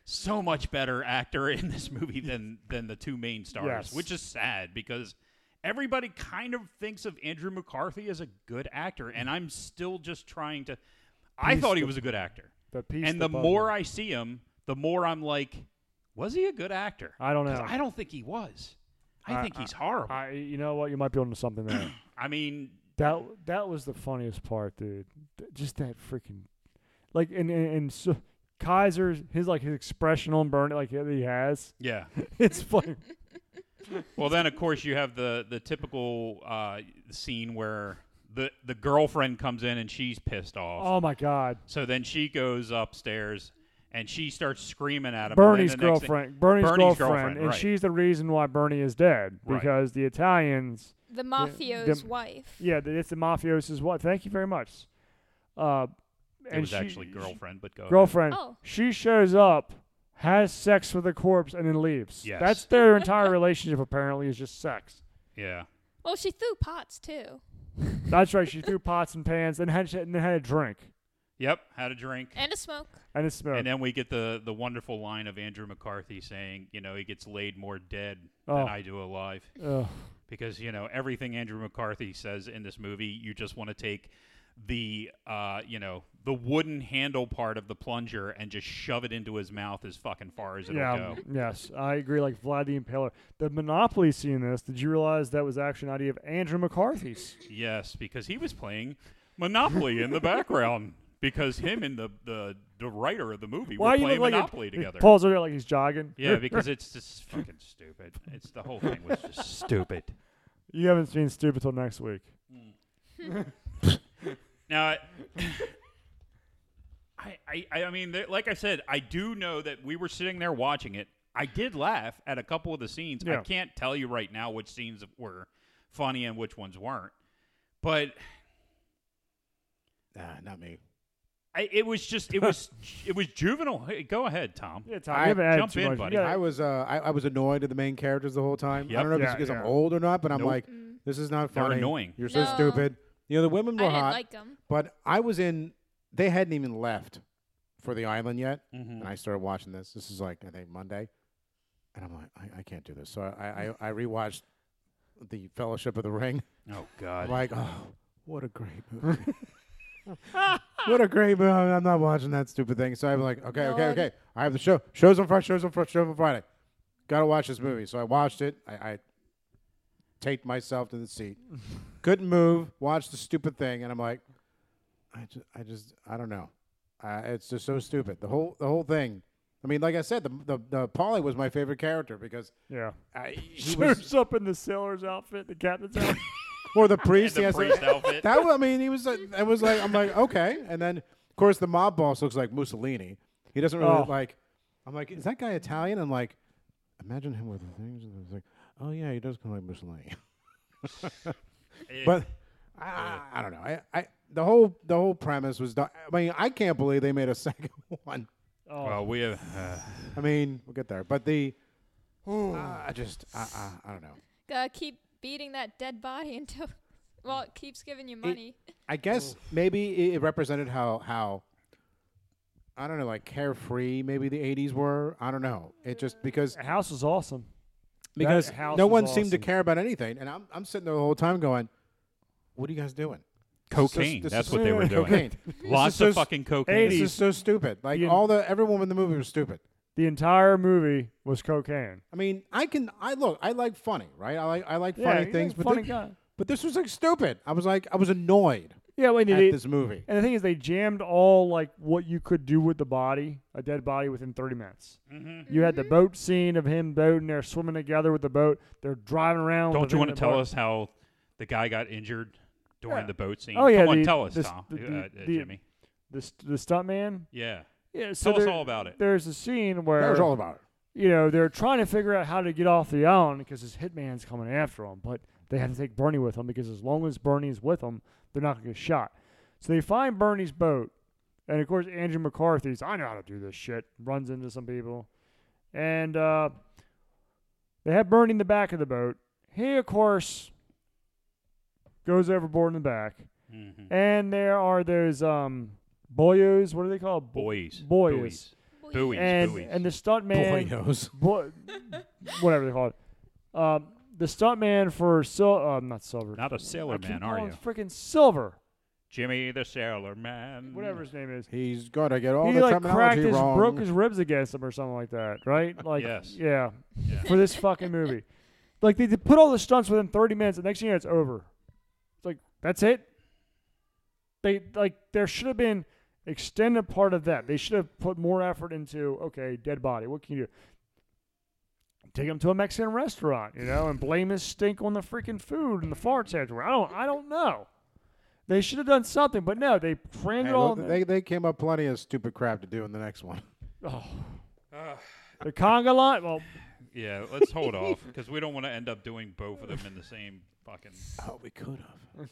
[SPEAKER 2] so much better actor in this movie than than the two main stars,
[SPEAKER 1] Yes.
[SPEAKER 2] which is sad because everybody kind of thinks of Andrew McCarthy as a good actor, and I'm still just trying to. I
[SPEAKER 1] He's
[SPEAKER 2] thought he
[SPEAKER 1] the-
[SPEAKER 2] was a good actor,
[SPEAKER 1] the piece
[SPEAKER 2] and the more I see him, the more I'm like, was he a good actor?
[SPEAKER 1] I don't
[SPEAKER 2] 'Cause
[SPEAKER 1] know.
[SPEAKER 2] I don't think he was. I,
[SPEAKER 1] I-
[SPEAKER 2] think he's horrible. I,
[SPEAKER 1] I, you know what, you might be onto something there.
[SPEAKER 2] mean,
[SPEAKER 1] That that was the funniest part, dude. Th- Just that freaking, like, and and, and so, Kaiser, his like his expression on Bernie, like that he has, [LAUGHS]
[SPEAKER 2] yeah.
[SPEAKER 1] it's funny.
[SPEAKER 2] Well, then of course you have the the typical uh, scene where the the girlfriend comes in and she's pissed off.
[SPEAKER 1] oh my god,
[SPEAKER 2] So then she goes upstairs and she starts screaming at him. and then
[SPEAKER 1] Bernie's
[SPEAKER 2] the next thing-
[SPEAKER 1] girlfriend, Bernie's,
[SPEAKER 2] Bernie's
[SPEAKER 1] girlfriend,
[SPEAKER 2] girlfriend,
[SPEAKER 1] and
[SPEAKER 2] right.
[SPEAKER 1] she's the reason why Bernie is dead
[SPEAKER 2] Right.
[SPEAKER 1] because the Italians,
[SPEAKER 4] the mafio's
[SPEAKER 1] the-
[SPEAKER 4] wife.
[SPEAKER 1] yeah, th- it's the mafiosa's what? Thank you very much. Uh,
[SPEAKER 2] it
[SPEAKER 1] and
[SPEAKER 2] was
[SPEAKER 1] she-
[SPEAKER 2] actually uh,
[SPEAKER 1] she-
[SPEAKER 2] girlfriend, but go ahead.
[SPEAKER 1] girlfriend.
[SPEAKER 4] Oh.
[SPEAKER 1] She shows up, has sex with the corpse, and then leaves.
[SPEAKER 2] Yes.
[SPEAKER 1] That's their entire relationship. Apparently, is just sex.
[SPEAKER 2] Yeah,
[SPEAKER 4] Well, she threw pots too,
[SPEAKER 1] That's right. She threw pots and pans and had and then had a drink
[SPEAKER 2] yep. Had a drink.
[SPEAKER 4] and a smoke.
[SPEAKER 1] and a smoke.
[SPEAKER 2] And then we get the, the wonderful line of Andrew McCarthy saying, you know, he gets laid more dead
[SPEAKER 1] Oh.
[SPEAKER 2] than I do alive.
[SPEAKER 1] Ugh.
[SPEAKER 2] because you know everything Andrew McCarthy says in this movie, you just want to take the uh, you know the wooden handle part of the plunger and just shove it into his mouth as fucking far as it'll
[SPEAKER 1] yeah.
[SPEAKER 2] go.
[SPEAKER 1] Yes, I agree. Like Vlad the Impaler, the Monopoly scene. in This did you realize that was actually an idea of Andrew McCarthy's?
[SPEAKER 2] Yes, because he was playing Monopoly in the background. Because him and the, the the writer of the movie
[SPEAKER 1] Why
[SPEAKER 2] were
[SPEAKER 1] you look
[SPEAKER 2] playing
[SPEAKER 1] like [LAUGHS]
[SPEAKER 2] Monopoly
[SPEAKER 1] a,
[SPEAKER 2] together.
[SPEAKER 1] Paul's over there like he's jogging.
[SPEAKER 2] yeah, because it's just fucking stupid. It's the whole thing was just
[SPEAKER 1] [LAUGHS]
[SPEAKER 2] stupid.
[SPEAKER 1] you haven't seen Stupid till next week.
[SPEAKER 2] Now, [LAUGHS] I, I, I I mean, there- like I said, I do know that we were sitting there watching it. I did laugh at a couple of the scenes. I
[SPEAKER 1] Yeah.
[SPEAKER 2] can't tell you right now which scenes were funny and which ones weren't, but
[SPEAKER 3] Nah, not me.
[SPEAKER 2] I, it was just it
[SPEAKER 3] [LAUGHS]
[SPEAKER 2] was it was juvenile. Hey, go ahead, Tom.
[SPEAKER 1] Yeah, Tom,
[SPEAKER 3] I-
[SPEAKER 1] you haven't added
[SPEAKER 2] Jump
[SPEAKER 1] too
[SPEAKER 2] in,
[SPEAKER 1] much.
[SPEAKER 2] buddy.
[SPEAKER 1] You gotta-
[SPEAKER 3] I was uh, I, I was annoyed at the main characters the whole time.
[SPEAKER 2] Yep.
[SPEAKER 3] I don't know if
[SPEAKER 1] Yeah,
[SPEAKER 3] it's because
[SPEAKER 1] yeah.
[SPEAKER 3] I'm old or not, but I'm
[SPEAKER 2] Nope.
[SPEAKER 3] like, this is not
[SPEAKER 2] They're
[SPEAKER 3] funny.
[SPEAKER 2] annoying.
[SPEAKER 3] You're so
[SPEAKER 4] Mm. No.
[SPEAKER 3] stupid. You know, the women
[SPEAKER 4] I
[SPEAKER 3] were
[SPEAKER 4] didn't
[SPEAKER 3] hot,
[SPEAKER 4] like them.
[SPEAKER 3] but I was in. They hadn't even left for the island yet,
[SPEAKER 2] Mhm.
[SPEAKER 3] and I started watching this. This is like I think Monday, and I'm like, I, I can't do this. So I, I I rewatched the Fellowship of the Ring.
[SPEAKER 2] Oh God.
[SPEAKER 3] I'm like, oh, what a great movie. what a great movie. I'm not watching that stupid thing. So I'm like, okay, okay,
[SPEAKER 4] Lord.
[SPEAKER 3] okay. I have the show. Show's on Friday, show's on Friday, show's on Friday. Gotta watch this movie. So I watched it. I, I taped myself to the seat. Couldn't move. Watched the stupid thing, and I'm like, I just, I just, I don't know. Uh, it's just so stupid. The whole, the whole thing. I mean, like I said, the the, the Polly was my favorite character because
[SPEAKER 1] yeah.
[SPEAKER 3] I,
[SPEAKER 1] [LAUGHS]
[SPEAKER 3] he was,
[SPEAKER 1] Shows up in the sailor's outfit, the
[SPEAKER 2] [LAUGHS]
[SPEAKER 1] captain's outfit.
[SPEAKER 3] or the
[SPEAKER 2] And
[SPEAKER 3] priest.
[SPEAKER 2] the
[SPEAKER 3] yes,
[SPEAKER 2] priest outfit.
[SPEAKER 3] that was, I mean, he was. Like, it was like I'm like okay, and then of course the mob boss looks like Mussolini. He doesn't really
[SPEAKER 1] Oh.
[SPEAKER 3] look like. I'm like, is that guy Italian? I'm like, imagine him with the things. And I was like, oh yeah, he does kind of like Mussolini.
[SPEAKER 2] Eh,
[SPEAKER 3] But I, I, I don't know. I, I the whole the whole premise was. do- I mean, I can't believe they made a [LAUGHS] second one.
[SPEAKER 1] Oh,
[SPEAKER 2] well, we have. uh,
[SPEAKER 3] I mean, we'll get there, but the. uh, I just I, I, I don't know.
[SPEAKER 4] Gotta uh, keep beating that dead body until, [LAUGHS] well, it keeps giving you money.
[SPEAKER 3] I guess maybe it, it represented how how I don't know, like carefree. Maybe the '80s were. I don't know. It just because
[SPEAKER 1] House was awesome.
[SPEAKER 3] because
[SPEAKER 1] house
[SPEAKER 3] no
[SPEAKER 1] was
[SPEAKER 3] one seemed to
[SPEAKER 1] awesome.
[SPEAKER 3] care about anything, and I'm I'm sitting there the whole time going, "What are you guys doing?
[SPEAKER 2] Cocaine.
[SPEAKER 3] This is-
[SPEAKER 2] That's
[SPEAKER 3] this
[SPEAKER 2] what they were
[SPEAKER 3] is
[SPEAKER 2] doing.
[SPEAKER 3] Cocaine. This
[SPEAKER 2] Lots
[SPEAKER 3] is
[SPEAKER 2] of
[SPEAKER 3] so s-
[SPEAKER 2] fucking cocaine.
[SPEAKER 1] 80s.
[SPEAKER 3] This is so stupid. Like
[SPEAKER 1] You-
[SPEAKER 3] all the everyone in the movie was stupid.
[SPEAKER 1] The entire movie was cocaine.
[SPEAKER 3] I mean, I can I look. I like funny, right? I like I like
[SPEAKER 1] Yeah,
[SPEAKER 3] funny
[SPEAKER 1] he's a
[SPEAKER 3] things, but
[SPEAKER 1] funny
[SPEAKER 3] thi-
[SPEAKER 1] guy.
[SPEAKER 3] but this was like stupid. I was like I was annoyed
[SPEAKER 1] Yeah, when
[SPEAKER 3] at
[SPEAKER 1] they,
[SPEAKER 3] this movie.
[SPEAKER 1] and the thing is, they jammed all like what you could do with the body, a dead body, within 30 minutes. Mm-hmm. You had the boat scene of him boating, they're swimming together with the boat, they're driving around.
[SPEAKER 2] Don't
[SPEAKER 1] within
[SPEAKER 2] you want to
[SPEAKER 1] the
[SPEAKER 2] tell
[SPEAKER 1] boat.
[SPEAKER 2] us how the guy got injured during
[SPEAKER 1] Yeah.
[SPEAKER 2] the boat scene?
[SPEAKER 1] Oh, yeah,
[SPEAKER 2] Come on,
[SPEAKER 1] the-
[SPEAKER 2] tell us,
[SPEAKER 1] this-
[SPEAKER 2] Tom,
[SPEAKER 1] the-
[SPEAKER 2] uh, uh,
[SPEAKER 1] the- the-
[SPEAKER 2] Jimmy.
[SPEAKER 1] the st- the stuntman?
[SPEAKER 2] Yeah,
[SPEAKER 1] Yeah, so
[SPEAKER 2] tell us
[SPEAKER 1] there-
[SPEAKER 2] all about it.
[SPEAKER 1] There's a scene
[SPEAKER 3] That
[SPEAKER 1] where
[SPEAKER 3] was all about it.
[SPEAKER 1] you know, they're trying to figure out how to get off the island because his hitman's coming after them, but they have to take Bernie with them because as long as Bernie's with them, they're not going to get shot. So they find Bernie's boat, and of course, Andrew McCarthy's, I know how to do this shit, runs into some people. And uh, they have Bernie in the back of the boat. He, of course, goes overboard in the back.
[SPEAKER 2] Mhm.
[SPEAKER 1] And there are those um, boyos, what are they called? Bo-
[SPEAKER 2] Boys,
[SPEAKER 1] Boys.
[SPEAKER 2] buoys, buoys,
[SPEAKER 1] And,
[SPEAKER 2] buoys.
[SPEAKER 1] and the stuntman.
[SPEAKER 3] Boyos.
[SPEAKER 1] Boy, whatever they call it. Um, the stuntman for Sil- uh, not Silver.
[SPEAKER 2] Not a sailor
[SPEAKER 1] I keep
[SPEAKER 2] man, are
[SPEAKER 1] calling
[SPEAKER 2] you,
[SPEAKER 1] Freaking Silver,
[SPEAKER 2] Jimmy the sailor man?
[SPEAKER 1] whatever his name is.
[SPEAKER 3] He's gonna get all
[SPEAKER 1] he
[SPEAKER 3] the
[SPEAKER 1] like cracked
[SPEAKER 3] terminology
[SPEAKER 1] his,
[SPEAKER 3] wrong.
[SPEAKER 1] broke his ribs against him or something like that,
[SPEAKER 2] [LAUGHS]
[SPEAKER 1] right? Like,
[SPEAKER 2] Yes.
[SPEAKER 1] yeah,
[SPEAKER 2] Yeah.
[SPEAKER 1] for this fucking
[SPEAKER 2] [LAUGHS]
[SPEAKER 1] movie. Like they, they put all the stunts within 30 minutes. The next thing you know, it's over. It's like that's it. They like there should have been extended part of that. They should have put more effort into okay, dead body. What can you do? Take him to a Mexican restaurant, you know, and blame his stink on the freaking food and the farts afterward. I don't, I don't know. They should have done something, but no, they crammed
[SPEAKER 3] Hey,
[SPEAKER 1] it all.
[SPEAKER 3] look,
[SPEAKER 1] in
[SPEAKER 3] they they came up plenty of stupid crap to do in the next one.
[SPEAKER 1] Oh. The conga line. Well,
[SPEAKER 2] Yeah, let's hold off
[SPEAKER 1] [LAUGHS]
[SPEAKER 2] because we don't want to end up doing both of them in the same fucking.
[SPEAKER 3] [LAUGHS] Oh, we could have.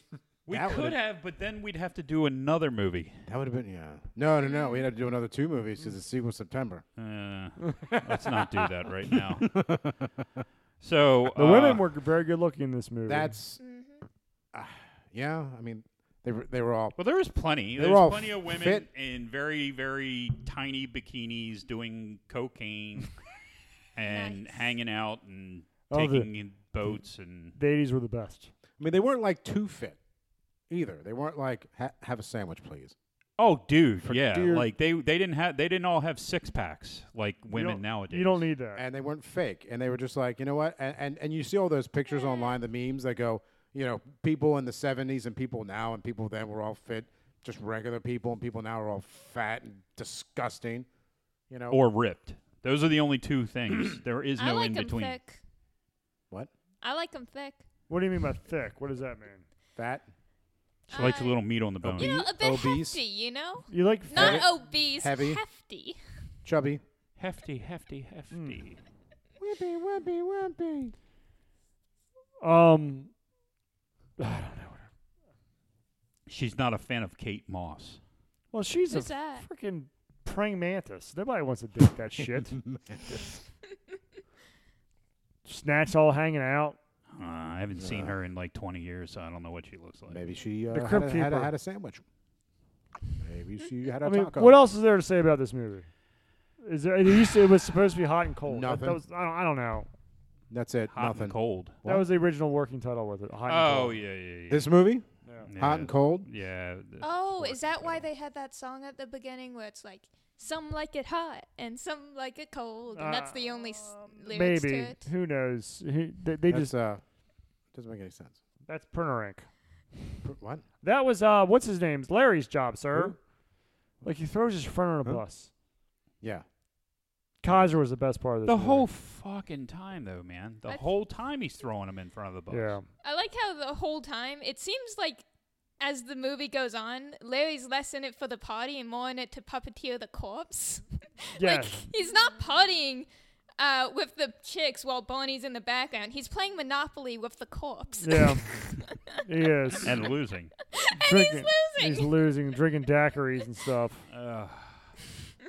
[SPEAKER 2] We
[SPEAKER 3] That
[SPEAKER 2] could
[SPEAKER 3] would've-
[SPEAKER 2] have, but then we'd have to do another movie.
[SPEAKER 3] That would have been yeah. No, no, no. We'd have to do another two movies because the sequel September.
[SPEAKER 2] Uh, let's not do that
[SPEAKER 1] [LAUGHS]
[SPEAKER 2] right now. So
[SPEAKER 1] the
[SPEAKER 2] uh,
[SPEAKER 1] women were very good looking in this
[SPEAKER 3] Mm-hmm.
[SPEAKER 1] movie.
[SPEAKER 3] That's ah, yeah. I mean, they were they were all
[SPEAKER 2] Well, there was plenty.
[SPEAKER 3] They
[SPEAKER 2] There's
[SPEAKER 3] were all
[SPEAKER 2] plenty of women
[SPEAKER 3] fit.
[SPEAKER 2] in very, very tiny bikinis doing cocaine and
[SPEAKER 4] Nice.
[SPEAKER 2] hanging out and
[SPEAKER 1] Oh, the-
[SPEAKER 2] taking in boats and
[SPEAKER 1] the 80s were the best.
[SPEAKER 3] I mean, they weren't like too fit either. They weren't like ha- have a sandwich, please.
[SPEAKER 2] oh, dude, yeah,
[SPEAKER 3] dear-
[SPEAKER 2] like they they didn't have they didn't all have six packs like
[SPEAKER 1] you
[SPEAKER 2] women
[SPEAKER 1] don't-
[SPEAKER 2] nowadays.
[SPEAKER 1] You don't need that.
[SPEAKER 3] And they weren't fake. And they were just like, you know what? And and, and you see all those pictures online, the memes that go, you know, people in the '70s and people now and people then were all fit, just regular people, and people now are all fat and disgusting. You know
[SPEAKER 2] or ripped. Those are the only two things. there is
[SPEAKER 4] I
[SPEAKER 2] no
[SPEAKER 4] like
[SPEAKER 2] in
[SPEAKER 4] them
[SPEAKER 2] between.
[SPEAKER 4] thick.
[SPEAKER 3] what?
[SPEAKER 4] I like them thick.
[SPEAKER 1] what do you mean by thick? What does that mean?
[SPEAKER 3] Fat?
[SPEAKER 2] She likes a
[SPEAKER 4] Uh,
[SPEAKER 2] little meat on the bone.
[SPEAKER 4] You know, a bit
[SPEAKER 3] Obese?
[SPEAKER 4] hefty, you know?
[SPEAKER 1] You like
[SPEAKER 4] Not
[SPEAKER 1] thick?
[SPEAKER 4] obese,
[SPEAKER 3] Heavy?
[SPEAKER 4] hefty.
[SPEAKER 3] Chubby?
[SPEAKER 2] Hefty, hefty, hefty.
[SPEAKER 3] Wimpy, wimpy, wimpy.
[SPEAKER 1] um, I don't know.
[SPEAKER 2] She's not a fan of Kate Moss.
[SPEAKER 1] Well, she's
[SPEAKER 4] Who's
[SPEAKER 1] a
[SPEAKER 4] that?
[SPEAKER 1] freaking praying mantis. Nobody wants to date
[SPEAKER 3] [LAUGHS]
[SPEAKER 1] that shit.
[SPEAKER 4] [LAUGHS]
[SPEAKER 1] Snatch all hanging out.
[SPEAKER 2] Uh, I haven't seen her in like 20 years, so I don't know what she looks like.
[SPEAKER 3] Maybe she uh,
[SPEAKER 1] The
[SPEAKER 3] had,
[SPEAKER 1] Crypt
[SPEAKER 3] a, had, a,
[SPEAKER 1] Keeper.
[SPEAKER 3] had a sandwich. Maybe she had a
[SPEAKER 1] I mean,
[SPEAKER 3] taco.
[SPEAKER 1] what else is there to say about this movie? Is there? It, used to- it was supposed to be hot and cold. That- That,
[SPEAKER 3] Nothing.
[SPEAKER 1] was, I, don't, I don't know.
[SPEAKER 3] That's it.
[SPEAKER 2] Hot
[SPEAKER 3] Nothing.
[SPEAKER 2] and cold.
[SPEAKER 1] That
[SPEAKER 3] What?
[SPEAKER 1] was the original working title with it. Hot and
[SPEAKER 2] Oh
[SPEAKER 1] cold.
[SPEAKER 2] yeah, yeah, yeah.
[SPEAKER 3] This movie,
[SPEAKER 2] Yeah.
[SPEAKER 3] hot and cold.
[SPEAKER 2] Yeah. th-
[SPEAKER 4] Oh,
[SPEAKER 2] it's
[SPEAKER 4] is that why
[SPEAKER 2] working
[SPEAKER 4] they had that song at the beginning where it's like, some like it hot and some like it cold? And that's the only s- lyrics
[SPEAKER 1] Um, Maybe.
[SPEAKER 4] to it.
[SPEAKER 1] Who knows? Who- They, they
[SPEAKER 3] That's
[SPEAKER 1] just
[SPEAKER 3] uh, doesn't make any sense.
[SPEAKER 1] that's Printer Inc.
[SPEAKER 3] Pr- What?
[SPEAKER 1] That was uh, what's his name's Larry's job, sir. Like he throws his friend on a
[SPEAKER 3] Who?
[SPEAKER 1] bus.
[SPEAKER 3] Yeah.
[SPEAKER 1] Kaiser was the best part of this.
[SPEAKER 2] The
[SPEAKER 1] movie.
[SPEAKER 2] whole fucking time, though, man. The
[SPEAKER 4] I-
[SPEAKER 2] whole time he's throwing him in front of the bus.
[SPEAKER 1] yeah.
[SPEAKER 4] I like how the whole time it seems like as the movie goes on, Larry's less in it for the party and more in it to puppeteer the corpse. like
[SPEAKER 1] Yes.
[SPEAKER 4] he's not partying uh, with the chicks while Bonnie's in the background. He's playing Monopoly with the corpse.
[SPEAKER 1] [LAUGHS]
[SPEAKER 4] [LAUGHS]
[SPEAKER 1] yeah. he is.
[SPEAKER 2] And losing.
[SPEAKER 1] drinking,
[SPEAKER 4] losing.
[SPEAKER 1] He's losing, drinking daiquiris and stuff.
[SPEAKER 2] Ugh.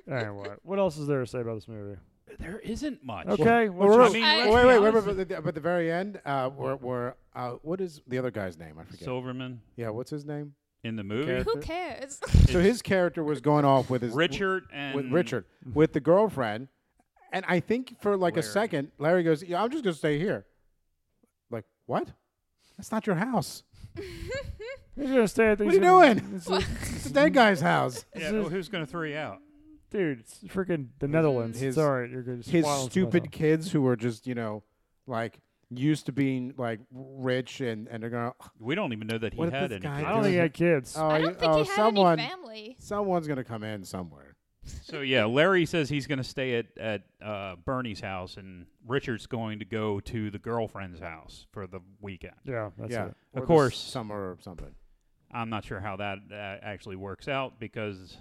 [SPEAKER 1] Anyway, what else is there to say about this movie?
[SPEAKER 2] there isn't much.
[SPEAKER 1] Okay. Well,
[SPEAKER 2] Which,
[SPEAKER 1] we're-
[SPEAKER 2] I mean,
[SPEAKER 4] I-
[SPEAKER 2] let's
[SPEAKER 3] Wait, wait,
[SPEAKER 2] be
[SPEAKER 3] wait,
[SPEAKER 2] honest,
[SPEAKER 3] wait, But at the very end, uh, where, where, uh, what is the other guy's name? I forget.
[SPEAKER 2] Silverman.
[SPEAKER 3] yeah, what's his name?
[SPEAKER 2] in the movie.
[SPEAKER 1] Character.
[SPEAKER 4] Who cares? [LAUGHS]
[SPEAKER 3] So his character was going off with his
[SPEAKER 2] Richard and
[SPEAKER 3] with Richard with the girlfriend, and I think for like
[SPEAKER 2] Larry.
[SPEAKER 3] a second, Larry goes, "Yeah, I'm just gonna stay here." Like what? That's not your house.
[SPEAKER 1] He's gonna stay at the.
[SPEAKER 3] What are you doing? It's, a dead guy's house.
[SPEAKER 2] Yeah, well, who's going to throw you out?
[SPEAKER 1] Dude, it's freaking the Netherlands.
[SPEAKER 3] His-
[SPEAKER 1] it's all right. You're good.
[SPEAKER 3] His
[SPEAKER 1] Swallow's
[SPEAKER 3] stupid
[SPEAKER 1] mother.
[SPEAKER 3] kids who were just you know like used to being like rich and and they're gonna.
[SPEAKER 2] We don't even know that he
[SPEAKER 3] What if
[SPEAKER 2] had
[SPEAKER 3] this
[SPEAKER 2] any.
[SPEAKER 3] guy
[SPEAKER 2] kids.
[SPEAKER 1] I don't think he had kids.
[SPEAKER 3] Oh,
[SPEAKER 4] I
[SPEAKER 3] you-
[SPEAKER 4] don't think
[SPEAKER 3] oh,
[SPEAKER 4] he had
[SPEAKER 3] someone,
[SPEAKER 4] any family.
[SPEAKER 3] someone's gonna come in somewhere.
[SPEAKER 2] So yeah, Larry says he's going to stay at at uh, Bernie's house, and Richard's going to go to the girlfriend's house for the weekend.
[SPEAKER 1] yeah, that's
[SPEAKER 3] yeah,
[SPEAKER 1] it.
[SPEAKER 2] Of
[SPEAKER 3] Or the
[SPEAKER 2] course.
[SPEAKER 3] summer or
[SPEAKER 2] [LAUGHS]
[SPEAKER 3] something.
[SPEAKER 2] I'm not sure how that uh, actually works out because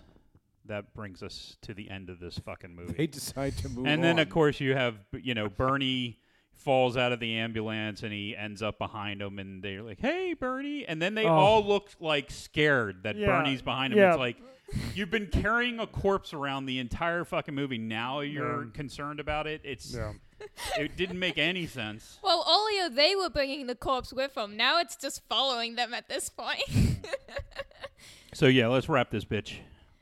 [SPEAKER 2] that brings us to the end of this fucking movie.
[SPEAKER 3] They decide to [LAUGHS] move.
[SPEAKER 2] and then
[SPEAKER 3] on.
[SPEAKER 2] of course you have
[SPEAKER 1] [LAUGHS]
[SPEAKER 2] you know Bernie falls out of the ambulance and he ends up behind him and they're like hey Bernie and then they
[SPEAKER 1] Oh.
[SPEAKER 2] all look like scared that
[SPEAKER 1] Yeah.
[SPEAKER 2] Bernie's behind him
[SPEAKER 1] Yeah.
[SPEAKER 2] it's like you've been carrying a corpse around the entire fucking movie now you're
[SPEAKER 1] Yeah.
[SPEAKER 2] concerned about it it's
[SPEAKER 1] Yeah.
[SPEAKER 2] it didn't make any sense
[SPEAKER 4] Well, earlier they were bringing the corpse with them. Now it's just following them at this point. [LAUGHS]
[SPEAKER 2] so yeah let's wrap this bitch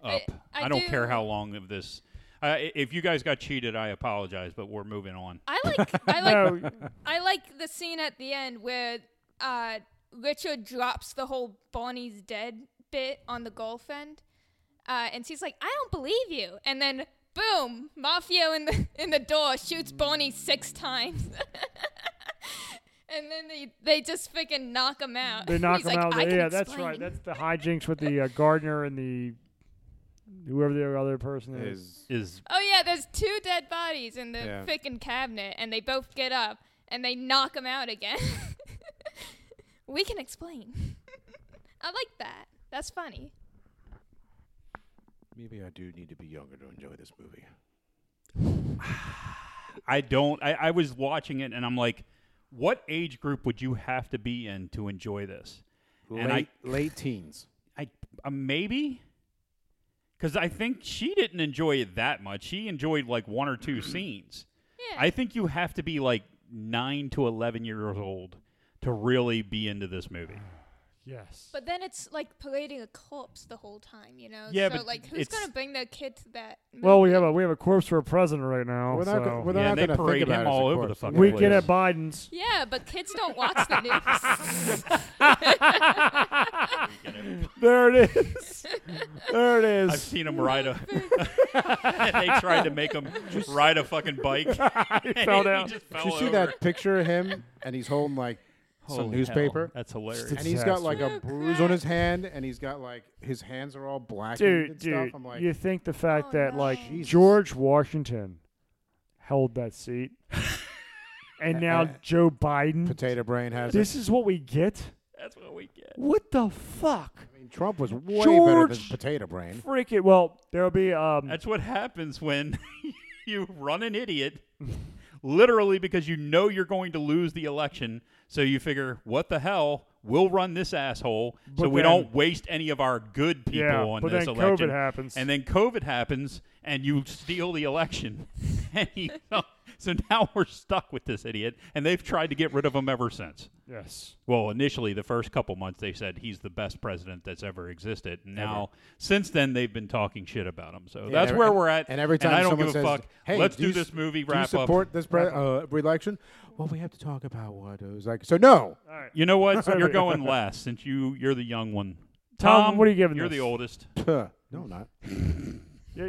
[SPEAKER 2] up I,
[SPEAKER 4] I
[SPEAKER 2] don't
[SPEAKER 4] do-
[SPEAKER 2] care how long of this uh, i- if you guys got cheated I apologize but we're moving on
[SPEAKER 4] I like I like
[SPEAKER 1] No,
[SPEAKER 4] [LAUGHS] I like the scene at the end where uh, Richard drops the whole Bonnie's dead bit on the girlfriend, uh, and she's like, "I don't believe you," and then boom, Mafia in the [LAUGHS] in the door shoots Bonnie six times. [LAUGHS] And then they, they just freaking knock him out. [LAUGHS]
[SPEAKER 1] they knock
[SPEAKER 4] He's
[SPEAKER 1] him
[SPEAKER 4] like,
[SPEAKER 1] out.
[SPEAKER 4] "I can
[SPEAKER 1] yeah, that's
[SPEAKER 4] explain."
[SPEAKER 1] right. That's the hijinks with the uh, gardener and the whoever the other person is.
[SPEAKER 3] Is-
[SPEAKER 2] is
[SPEAKER 4] Oh yeah, there's two dead bodies in the
[SPEAKER 3] Yeah.
[SPEAKER 4] frickin' cabinet, and they both get up and they knock them out again. [LAUGHS] we can explain. I like that. That's funny.
[SPEAKER 3] maybe I do need to be younger to enjoy this movie.
[SPEAKER 2] I don't. I, I was watching it and I'm like, what age group would you have to be in to enjoy this? And I-
[SPEAKER 3] late, late teens.
[SPEAKER 2] I uh, maybe because I think she didn't enjoy it that much. She enjoyed like one or two scenes.
[SPEAKER 4] Yeah.
[SPEAKER 2] I think you have to be like nine to eleven years old to really be into this movie.
[SPEAKER 1] Yes.
[SPEAKER 4] but then it's like parading a corpse the whole time, you know.
[SPEAKER 2] Yeah,
[SPEAKER 4] so
[SPEAKER 2] but
[SPEAKER 4] like, who's
[SPEAKER 2] it's-
[SPEAKER 4] gonna bring their kid to that?
[SPEAKER 1] Well, we
[SPEAKER 4] movie?
[SPEAKER 1] have a we have a corpse for a president right now.
[SPEAKER 3] We're not go-
[SPEAKER 1] so
[SPEAKER 3] we're
[SPEAKER 2] Oh,
[SPEAKER 3] not- They're
[SPEAKER 2] yeah, and they
[SPEAKER 3] gonna think
[SPEAKER 2] parade him
[SPEAKER 3] about it as a
[SPEAKER 2] all over the
[SPEAKER 3] corpse. [LAUGHS]
[SPEAKER 2] fucking
[SPEAKER 1] we
[SPEAKER 2] place.
[SPEAKER 1] get at Biden's.
[SPEAKER 4] Yeah, but kids don't watch the news.
[SPEAKER 1] [LAUGHS] There it is. there it is.
[SPEAKER 2] I've seen him ride a. [LAUGHS] they tried to
[SPEAKER 1] [LAUGHS]
[SPEAKER 2] make him ride a fucking bike. [LAUGHS] he
[SPEAKER 1] fell down.
[SPEAKER 2] He just
[SPEAKER 3] Did
[SPEAKER 2] fell
[SPEAKER 3] you see
[SPEAKER 2] over.
[SPEAKER 3] that picture of him? And he's holding like some
[SPEAKER 2] Holy
[SPEAKER 3] newspaper.
[SPEAKER 2] hell, That's hilarious.
[SPEAKER 3] and he's got like a
[SPEAKER 4] Disaster.
[SPEAKER 3] bruise on his hand, and he's got like his hands are all
[SPEAKER 1] [LAUGHS]
[SPEAKER 3] black
[SPEAKER 1] dude,
[SPEAKER 3] and
[SPEAKER 1] dude,
[SPEAKER 3] stuff. I'm like,
[SPEAKER 1] you think the fact
[SPEAKER 4] Oh,
[SPEAKER 1] that
[SPEAKER 4] no.
[SPEAKER 1] like
[SPEAKER 3] Jesus.
[SPEAKER 1] George Washington held that
[SPEAKER 3] [LAUGHS]
[SPEAKER 1] seat, and now
[SPEAKER 3] Uh,
[SPEAKER 1] Joe Biden.
[SPEAKER 3] potato brain has
[SPEAKER 1] This is what we get.
[SPEAKER 2] That's what we get.
[SPEAKER 1] What the fuck?
[SPEAKER 3] it. I mean, Trump was way better than
[SPEAKER 1] George-
[SPEAKER 3] potato brain.
[SPEAKER 1] Freaking well, there'll be um.
[SPEAKER 2] That's what happens when [LAUGHS] you run an idiot, literally because you know you're going to lose the election. So you figure, what the hell? We'll run this asshole so
[SPEAKER 1] But
[SPEAKER 2] we
[SPEAKER 1] then-
[SPEAKER 2] don't waste any of our good people
[SPEAKER 1] Yeah,
[SPEAKER 2] on
[SPEAKER 1] but
[SPEAKER 2] this
[SPEAKER 1] then COVID
[SPEAKER 2] election.
[SPEAKER 1] happens.
[SPEAKER 2] And then COVID happens and you steal the election. [LAUGHS] And you know, so now we're stuck with this idiot. And they've tried to get rid of him ever since.
[SPEAKER 1] yes.
[SPEAKER 2] Well, initially, the first couple months, they said he's the best president that's ever existed. And now, since then, they've been talking shit about him. So that's
[SPEAKER 3] every-
[SPEAKER 2] where we're at.
[SPEAKER 3] And every time
[SPEAKER 2] I don't
[SPEAKER 3] someone
[SPEAKER 2] give
[SPEAKER 3] says,
[SPEAKER 2] a fuck.
[SPEAKER 3] "Hey,
[SPEAKER 2] let's
[SPEAKER 3] do,
[SPEAKER 2] do,
[SPEAKER 3] you s-
[SPEAKER 2] this movie
[SPEAKER 3] do
[SPEAKER 2] wrap
[SPEAKER 3] you support
[SPEAKER 2] up."
[SPEAKER 3] this pre- uh, election?" Well, we have to talk about what it was like. So no, [LAUGHS]
[SPEAKER 1] All right.
[SPEAKER 2] You know what? you're going last since you you're the young one.
[SPEAKER 1] Tom, what are you giving
[SPEAKER 2] You're
[SPEAKER 1] this?
[SPEAKER 2] the oldest.
[SPEAKER 3] Tuh. no, I'm not. [LAUGHS]
[SPEAKER 1] Yeah,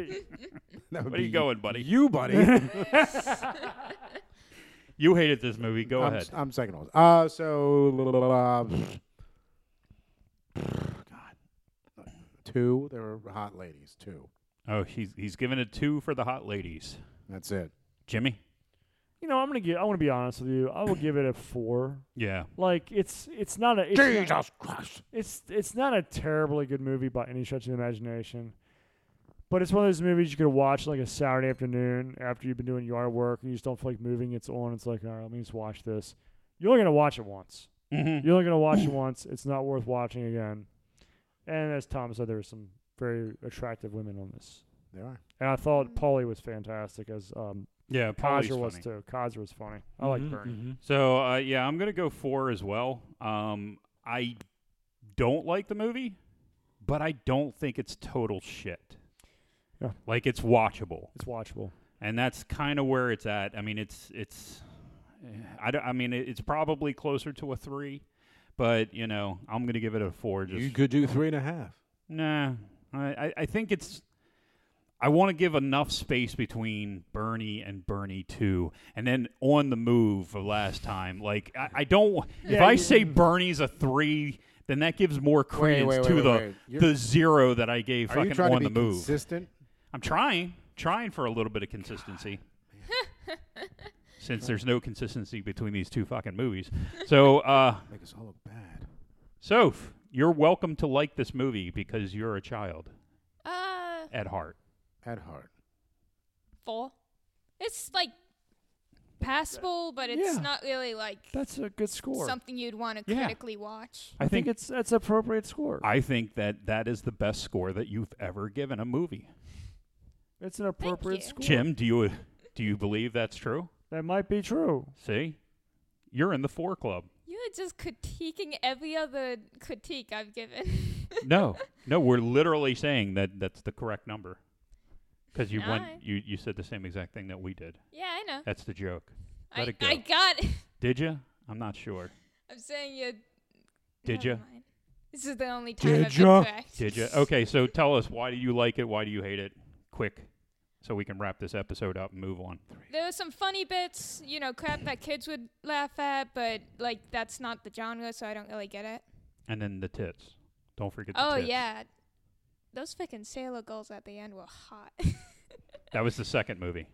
[SPEAKER 3] That would
[SPEAKER 2] Where are you
[SPEAKER 3] be
[SPEAKER 2] going, buddy? You,
[SPEAKER 3] You, buddy.
[SPEAKER 2] hated this movie. Go
[SPEAKER 3] I'm,
[SPEAKER 2] ahead.
[SPEAKER 3] I'm second oldest. Uh, so [SIGHS] God, two. They were hot ladies. Two.
[SPEAKER 2] oh, he's he's giving a two for the hot ladies.
[SPEAKER 3] That's it.
[SPEAKER 2] Jimmy.
[SPEAKER 1] you know, I'm gonna give. I want to be honest with you. I will give it a four.
[SPEAKER 2] Yeah.
[SPEAKER 1] Like it's it's not a it's not-
[SPEAKER 3] Jesus Christ.
[SPEAKER 1] it's it's not a terribly good movie by any stretch of the imagination, but it's one of those movies you could watch like a Saturday afternoon after you've been doing yard work and you just don't feel like moving. It's on. It's like, all right, let me just watch this. You're only gonna watch it once.
[SPEAKER 3] Mm-hmm.
[SPEAKER 2] Mhm.
[SPEAKER 1] You're only gonna watch it once. It's not worth watching again. And as Tom said, there were some very attractive women on this,
[SPEAKER 3] There are.
[SPEAKER 1] and I thought Polly was fantastic as um,
[SPEAKER 2] Yeah. Polly's
[SPEAKER 1] Kaiser was
[SPEAKER 2] funny.
[SPEAKER 1] too. Kaiser was funny. I
[SPEAKER 2] Mm-hmm.
[SPEAKER 1] like Bernie.
[SPEAKER 2] So uh, yeah, I'm gonna go four as well. Um, I don't like the movie. but I don't think it's total shit.
[SPEAKER 1] Yeah.
[SPEAKER 2] Like it's watchable,
[SPEAKER 1] It's watchable.
[SPEAKER 2] and that's kind of where it's at. I mean, it's it's. I don't. I mean, it- it's probably closer to a three, but you know, I'm gonna give it a four. Just
[SPEAKER 3] you could do three and a half.
[SPEAKER 2] Nah, I, I- I think it's. I want to give enough space between Bernie and Bernie two, and then on the move for last time. Like I, I don't. wa- if
[SPEAKER 1] Yeah,
[SPEAKER 2] I
[SPEAKER 1] you-
[SPEAKER 2] say Bernie's a three, then that gives more
[SPEAKER 3] Wait,
[SPEAKER 2] credence
[SPEAKER 3] wait, wait,
[SPEAKER 2] to
[SPEAKER 3] wait,
[SPEAKER 2] the
[SPEAKER 3] wait. You're-
[SPEAKER 2] the zero that I gave
[SPEAKER 3] Are you
[SPEAKER 2] fucking
[SPEAKER 3] trying
[SPEAKER 2] on
[SPEAKER 3] to
[SPEAKER 2] the
[SPEAKER 3] be
[SPEAKER 2] move.
[SPEAKER 3] consistent?
[SPEAKER 2] I'm trying, trying for a little bit of
[SPEAKER 3] [LAUGHS]
[SPEAKER 2] consistency. Since there's no consistency between these two fucking movies, so uh,
[SPEAKER 3] Make us all look bad.
[SPEAKER 2] Soph, you're welcome to like this movie because you're a child
[SPEAKER 4] [LAUGHS] Uh,
[SPEAKER 2] at heart.
[SPEAKER 3] At heart.
[SPEAKER 4] four. It's like passable, but it's
[SPEAKER 1] Yeah.
[SPEAKER 4] not really like
[SPEAKER 1] That's a good score.
[SPEAKER 4] something you'd want to
[SPEAKER 2] Yeah.
[SPEAKER 4] critically watch.
[SPEAKER 1] I, think, it's that's appropriate score.
[SPEAKER 2] I think that that is the best score that you've ever given a movie.
[SPEAKER 1] it's an appropriate
[SPEAKER 4] you.
[SPEAKER 1] score.
[SPEAKER 2] Jim, do you do you believe that's true?
[SPEAKER 1] That might be true.
[SPEAKER 2] See, you're in the four
[SPEAKER 4] [LAUGHS]
[SPEAKER 2] club.
[SPEAKER 4] You're just critiquing every other critique I've given. [LAUGHS]
[SPEAKER 2] No, no, we're literally saying that that's the correct number because you
[SPEAKER 4] Nice.
[SPEAKER 2] went you you said the same exact thing that we did.
[SPEAKER 4] yeah, I know.
[SPEAKER 2] That's the joke. Let
[SPEAKER 4] I,
[SPEAKER 2] it go.
[SPEAKER 4] I got.
[SPEAKER 2] Did you? I'm not sure.
[SPEAKER 4] [LAUGHS] I'm saying you.
[SPEAKER 2] Did
[SPEAKER 4] never
[SPEAKER 2] ya?
[SPEAKER 4] mind. This is the only time I've
[SPEAKER 3] Did ya?
[SPEAKER 4] been correct.
[SPEAKER 2] Did
[SPEAKER 4] [LAUGHS]
[SPEAKER 2] you? Okay, so tell us why do you like it? Why do you hate it? Quick, so we can wrap this episode up and move on.
[SPEAKER 4] There were some funny bits, you know, crap that kids would laugh at, but like that's not the genre, so I don't really get it.
[SPEAKER 2] And then the tits. Don't forget. The
[SPEAKER 4] oh
[SPEAKER 2] tits.
[SPEAKER 4] yeah, those freaking sailor girls at the end were hot. [LAUGHS]
[SPEAKER 2] that was the second movie.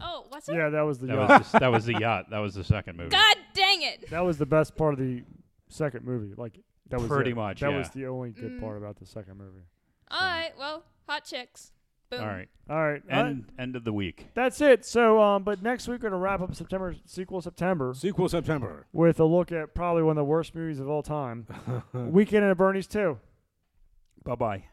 [SPEAKER 4] oh, what's it?
[SPEAKER 1] Yeah, that was the
[SPEAKER 2] That
[SPEAKER 1] yacht.
[SPEAKER 2] was the, that was the yacht. That was the second movie.
[SPEAKER 4] God dang it!
[SPEAKER 1] that was the best part of the second movie. Like that was
[SPEAKER 2] Pretty
[SPEAKER 1] it.
[SPEAKER 2] much,
[SPEAKER 1] That
[SPEAKER 2] yeah.
[SPEAKER 1] was the only good
[SPEAKER 4] Mm.
[SPEAKER 1] part about the second movie.
[SPEAKER 4] All right, well, hot chicks. Boom.
[SPEAKER 2] All right.
[SPEAKER 1] All right, uh,
[SPEAKER 2] End end of the week.
[SPEAKER 1] that's it. So, um, but next week we're gonna wrap up September sequel September
[SPEAKER 3] Sequel September.
[SPEAKER 1] with a look
[SPEAKER 2] [LAUGHS]
[SPEAKER 1] at probably one of the worst movies of all time, Weekend at Bernie's two.
[SPEAKER 2] Bye bye.